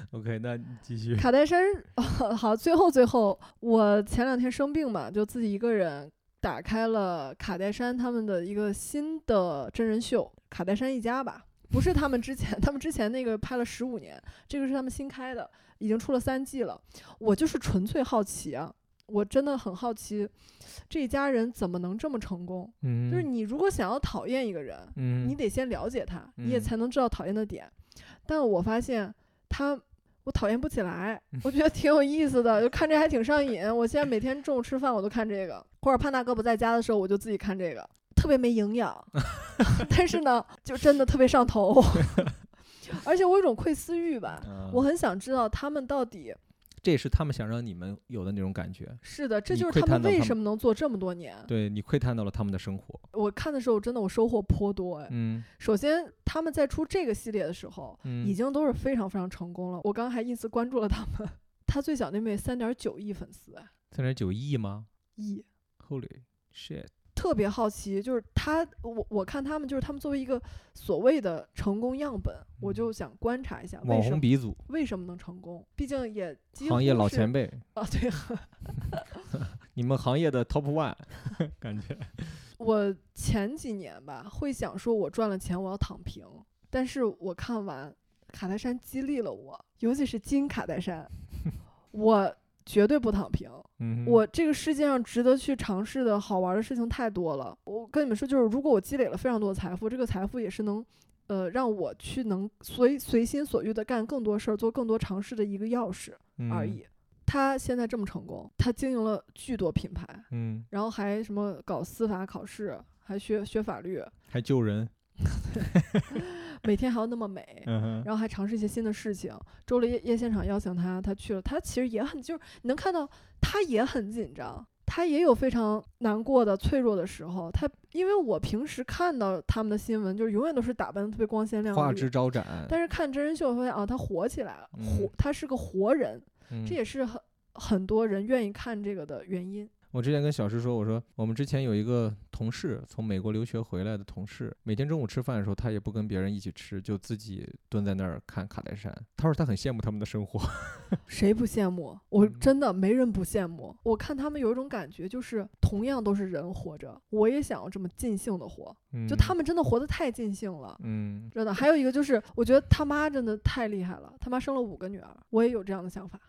Speaker 1: OK，那你继续。
Speaker 2: 卡戴珊， 好，最后最后，我前两天生病嘛，就自己一个人打开了卡戴珊他们的一个新的真人秀《卡戴珊一家》吧，不是他们之前，他们之前那个拍了十五年，这个是他们新开的，已经出了三季了。我就是纯粹好奇啊，我真的很好奇，这一家人怎么能这么成功？
Speaker 1: 嗯，
Speaker 2: 就是你如果想要讨厌一个人，
Speaker 1: 嗯，
Speaker 2: 你得先了解他，你也
Speaker 1: 嗯
Speaker 2: 才能知道讨厌的点。但我发现他，我讨厌不起来，
Speaker 1: 嗯
Speaker 2: 我觉得挺有意思的，就看着还挺上瘾。我现在每天中午吃饭我都看这个，或者潘大哥不在家的时候我就自己看这个，特别没营 养，但是呢，就真的特别上头， 而且我有一种窥私欲吧。
Speaker 1: 啊
Speaker 2: 我很想知道他们到底
Speaker 1: 这也是他们想让你们有的那种感觉。
Speaker 2: 是的，这
Speaker 1: 你
Speaker 2: 就是
Speaker 1: 窥
Speaker 2: 他
Speaker 1: 探
Speaker 2: 们
Speaker 1: 到
Speaker 2: 为
Speaker 1: 他
Speaker 2: 什么能做这么多年。
Speaker 1: 对你窥探到了他们的生活，
Speaker 2: 我看的时候真的我收获颇多哎。
Speaker 1: 嗯
Speaker 2: 首先，他们在出这个系列的时候，
Speaker 1: 嗯，
Speaker 2: 已经都是非常非常成功了。我刚还依次关注了他们， 他最小那妹三点九亿粉丝，啊
Speaker 1: 三点九亿吗
Speaker 2: 亿。
Speaker 1: ？Holy shit！
Speaker 2: 特别好奇，就是他，我我看他们，就是他们作为一个所谓的成功样本，我就想观察一下为
Speaker 1: 嗯网
Speaker 2: 什
Speaker 1: 红
Speaker 2: 么
Speaker 1: 鼻祖，
Speaker 2: 为什么能成功，毕竟也几乎
Speaker 1: 行业老
Speaker 2: 是
Speaker 1: 前辈，
Speaker 2: 啊，对，
Speaker 1: 你们行业的 top one，感 觉。
Speaker 2: 我前几年吧，会想说我赚了钱，我要躺平。但是我看完卡戴珊激励了我，尤其是金卡戴 珊，我绝对不躺平。
Speaker 1: 嗯哼，
Speaker 2: 我这个世界上值得去尝试的好玩的事情太多了。我跟你们说，就是如果我积累了非常多的财富，这个财富也是能，呃，让我去能随随心所欲的干更多事儿，做更多尝试的一个钥匙
Speaker 1: 嗯
Speaker 2: 而已。他现在这么成功，他经营了巨多品牌，
Speaker 1: 嗯。嗯，
Speaker 2: 然后还什么搞司法考试，还学学法律，
Speaker 1: 还救人。
Speaker 2: 每天还要那么美。
Speaker 1: 嗯哼，
Speaker 2: 然后还尝试一些新的事情。周六夜夜现场邀请他，他去了，他其实也很就是你能看到他也很紧张，他也有非常难过的、脆弱的时候。他因为我平时看到他们的新闻，就是永远都是打扮的特别光鲜亮
Speaker 1: 画
Speaker 2: 丽
Speaker 1: 质。招展。
Speaker 2: 但是看真人秀发现啊，他火起来了，活
Speaker 1: 嗯
Speaker 2: 他是个活人，
Speaker 1: 嗯
Speaker 2: 这也是很很多人愿意看这个的原因。
Speaker 1: 我之前跟小石说，我说我们之前有一个同事，从美国留学回来的同事，每天中午吃饭的时候，他也不跟别人一起吃，就自己蹲在那儿看卡戴珊。他说他很羡慕他们的生 活。
Speaker 2: 谁不羡慕？我
Speaker 1: 嗯
Speaker 2: 真的没人不羡慕。我看他们有一种感觉，就是同样都是人活着，我也想要这么尽兴的活。就他
Speaker 1: 们，
Speaker 2: 们真的活得太尽兴了，
Speaker 1: 嗯，
Speaker 2: 真的。还有一个就是，我觉得他妈真的太厉害了，他妈生了五个女儿，我也有这样的想法，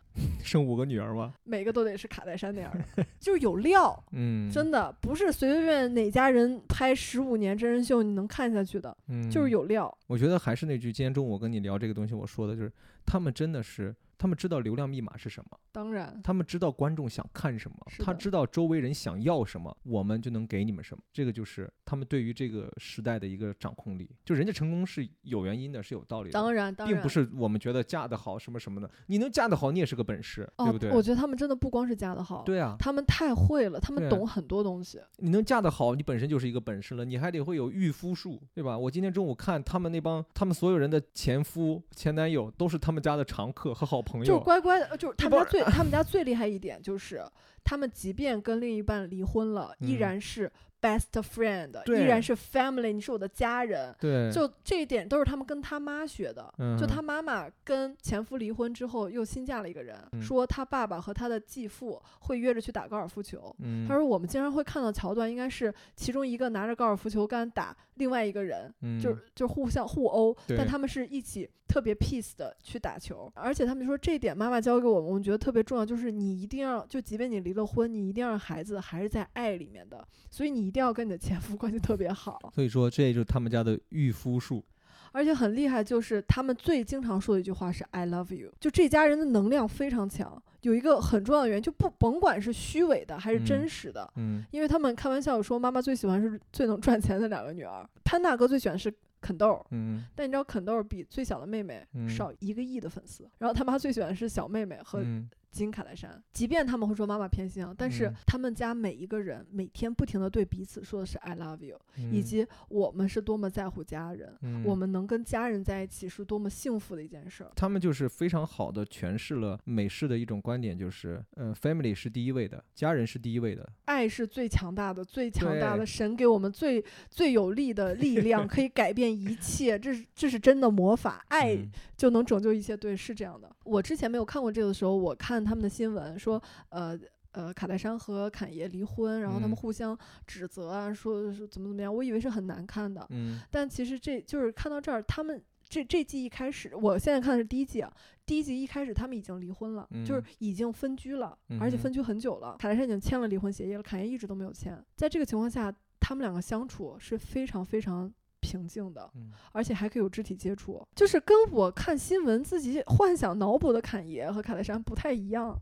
Speaker 1: 生五个女儿吗？
Speaker 2: 每个都得是卡戴珊那样 的，就是有料，
Speaker 1: 嗯，
Speaker 2: 真的不是随随便哪家人拍十五年真人秀你能看下去的，
Speaker 1: 嗯，
Speaker 2: 就是有料。
Speaker 1: 我觉得还是那句，今天中午我跟你聊这个东西，我说的就是他们真的是，他们知道流量密码是什么，
Speaker 2: 当然，
Speaker 1: 他们知道观众想看什么，
Speaker 2: 是
Speaker 1: 他
Speaker 2: 的
Speaker 1: 知道周围人想要什么，我们就能给你们什么。这个就是他们对于这个时代的一个掌控力。就人家成功是有原因的，是有道理的，
Speaker 2: 当然，当然，
Speaker 1: 并不是我们觉得嫁得好什么什么的。你能嫁得好，你也是个本事，
Speaker 2: 哦，
Speaker 1: 对不对？
Speaker 2: 我觉得他们真的不光是嫁得好，
Speaker 1: 对啊，
Speaker 2: 他们太会了，他们
Speaker 1: 对啊
Speaker 2: 懂很多东西。
Speaker 1: 你能嫁得好，你本身就是一个本事了，你还得会有御夫术，对吧？我今天中午看他们那帮，他们所有人的前夫、前男友都是他们家的常客和好朋
Speaker 2: 就是
Speaker 1: 友。
Speaker 2: 乖乖的，就是他
Speaker 1: 帮
Speaker 2: 们 家最他们家最厉害一点就是，他们即便跟另一半离婚了，依
Speaker 1: 嗯
Speaker 2: 然是 best friend，依
Speaker 1: 对
Speaker 2: 然是 family，你是我的家人。
Speaker 1: 对，
Speaker 2: 就这一点都是他们跟他妈学的。就
Speaker 1: 嗯
Speaker 2: 他妈妈跟前夫离婚之后，又新嫁了一个人，
Speaker 1: 嗯
Speaker 2: 说他爸爸和他的继父会约着去打高尔夫球。
Speaker 1: 嗯，
Speaker 2: 他说：“我们经常会看到桥段，应该是其中一个拿着高尔夫球杆打另外一个人，
Speaker 1: 嗯，
Speaker 2: 就是就是互相互殴，
Speaker 1: 对
Speaker 2: 但他们是一起特别 peace 的去打球，而且他们说这一点妈妈教给我们，我们觉得特别重要，就是你一定要，就即便你离了婚，你一定要让孩子还是在爱里面的，所以你一定要跟你的前夫关系特别好，
Speaker 1: 所以说这就是他们家的御夫术。
Speaker 2: 而且很厉害，就是他们最经常说的一句话是 I love you，就这家人的能量非常强，有一个很重要的原因，就不甭管是虚伪的还是真
Speaker 1: 嗯
Speaker 2: 实的，
Speaker 1: 嗯，
Speaker 2: 因为他们开玩笑说妈妈最喜欢是最能赚钱的两个女儿，潘大哥最喜欢是肯豆儿。
Speaker 1: 嗯，
Speaker 2: 但你知道肯豆儿比最小的妹妹
Speaker 1: 嗯
Speaker 2: 少一个亿的粉丝，然后他妈最喜欢是小妹妹和
Speaker 1: 嗯
Speaker 2: 金卡戴珊，即便他们会说妈妈偏心啊，但是
Speaker 1: 嗯
Speaker 2: 他们家每一个人每天不停的对彼此说的是 I love you，、以及我们是多么在乎家人，
Speaker 1: 嗯
Speaker 2: 我们能跟家人在一起是多么幸福的一件事儿。
Speaker 1: 他们就是非常好的诠释了美式的一种观点，就是，嗯、f a m i l y 是第一位的，家人是第一位的，
Speaker 2: 爱是最强大的，最强大
Speaker 1: 对
Speaker 2: 的神给我们最最有力的力量，可以改变一切。这是这是真的魔法，爱
Speaker 1: 嗯
Speaker 2: 就能拯救一切。对，是这样的。我之前没有看过这个的时候，我看他们的新闻说，呃呃，卡戴珊和侃爷离婚，然后他
Speaker 1: 嗯
Speaker 2: 们互相指责啊，说说怎么怎么样，我以为是很难看的，
Speaker 1: 嗯
Speaker 2: 但其实这就是看到这儿，他们。这这季一开始，我现在看的是第一季啊。第一季一开始，他们已经离婚了，就是
Speaker 1: 嗯
Speaker 2: 已经分居了，而且
Speaker 1: 嗯哼
Speaker 2: 分居很久了。卡戴珊已经签了离婚协议了，侃爷一直都没有签。在这个情况下，他们两个相处是非常非常平静的。
Speaker 1: 嗯
Speaker 2: 而且还可以有肢体接触，就是跟我看新闻自己幻想脑补的侃爷和卡戴珊不太一样。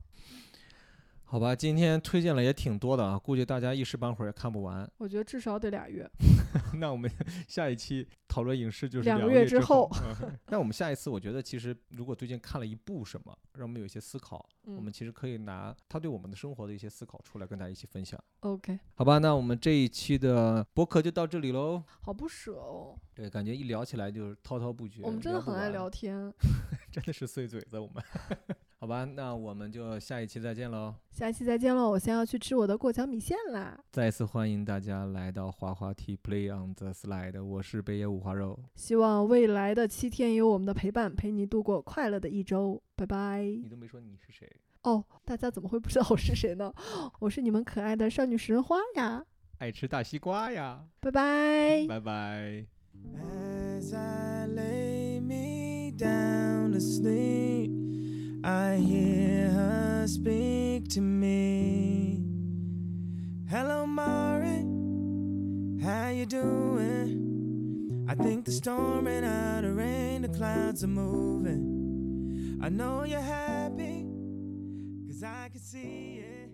Speaker 1: 好吧，今天推荐了也挺多的啊，估计大家一时半会儿也看不完。
Speaker 2: 我觉得至少得俩月。
Speaker 1: 那我们 下一期讨论影视就是
Speaker 2: 两
Speaker 1: 个
Speaker 2: 个月
Speaker 1: 之
Speaker 2: 之后
Speaker 1: 嗯 那我们下一次，我觉得其实如果最近看了一部什么，让我们有一些思考，我们
Speaker 2: 嗯
Speaker 1: 其实可以拿他对我们的生活的一些思考出来跟大家一起分享。
Speaker 2: ，OK，
Speaker 1: 好吧，那我们这一期的播客就到这里喽。
Speaker 2: 好不舍哦，
Speaker 1: 对，感觉一聊起来就是滔滔不绝，
Speaker 2: 我们真的
Speaker 1: 不
Speaker 2: 很爱
Speaker 1: 完
Speaker 2: 聊，天。
Speaker 1: 真的是碎嘴子我们。 好吧，那我们就下一期再见喽。
Speaker 2: 下一期再见喽！我先要去吃我的过桥米线啦。
Speaker 1: 再次欢迎大家来到滑滑梯 Play on the Slide，我是北野五花肉，
Speaker 2: 希望未来的七天有我们的陪伴，陪你度过快乐的一周。拜拜。
Speaker 1: 你都没说你是谁。
Speaker 2: 哦，大家怎么会不知道我是谁呢？ 我是你们可爱的少女食人花呀。
Speaker 1: 爱吃大西瓜呀，
Speaker 2: 拜拜。
Speaker 1: 拜拜。
Speaker 4: As I lay me down to sleep, I hear her speak to me. Hello, Mari, how you doing? I think the storm ran out of rain, the clouds are moving. I know you're happy, cause I can see it.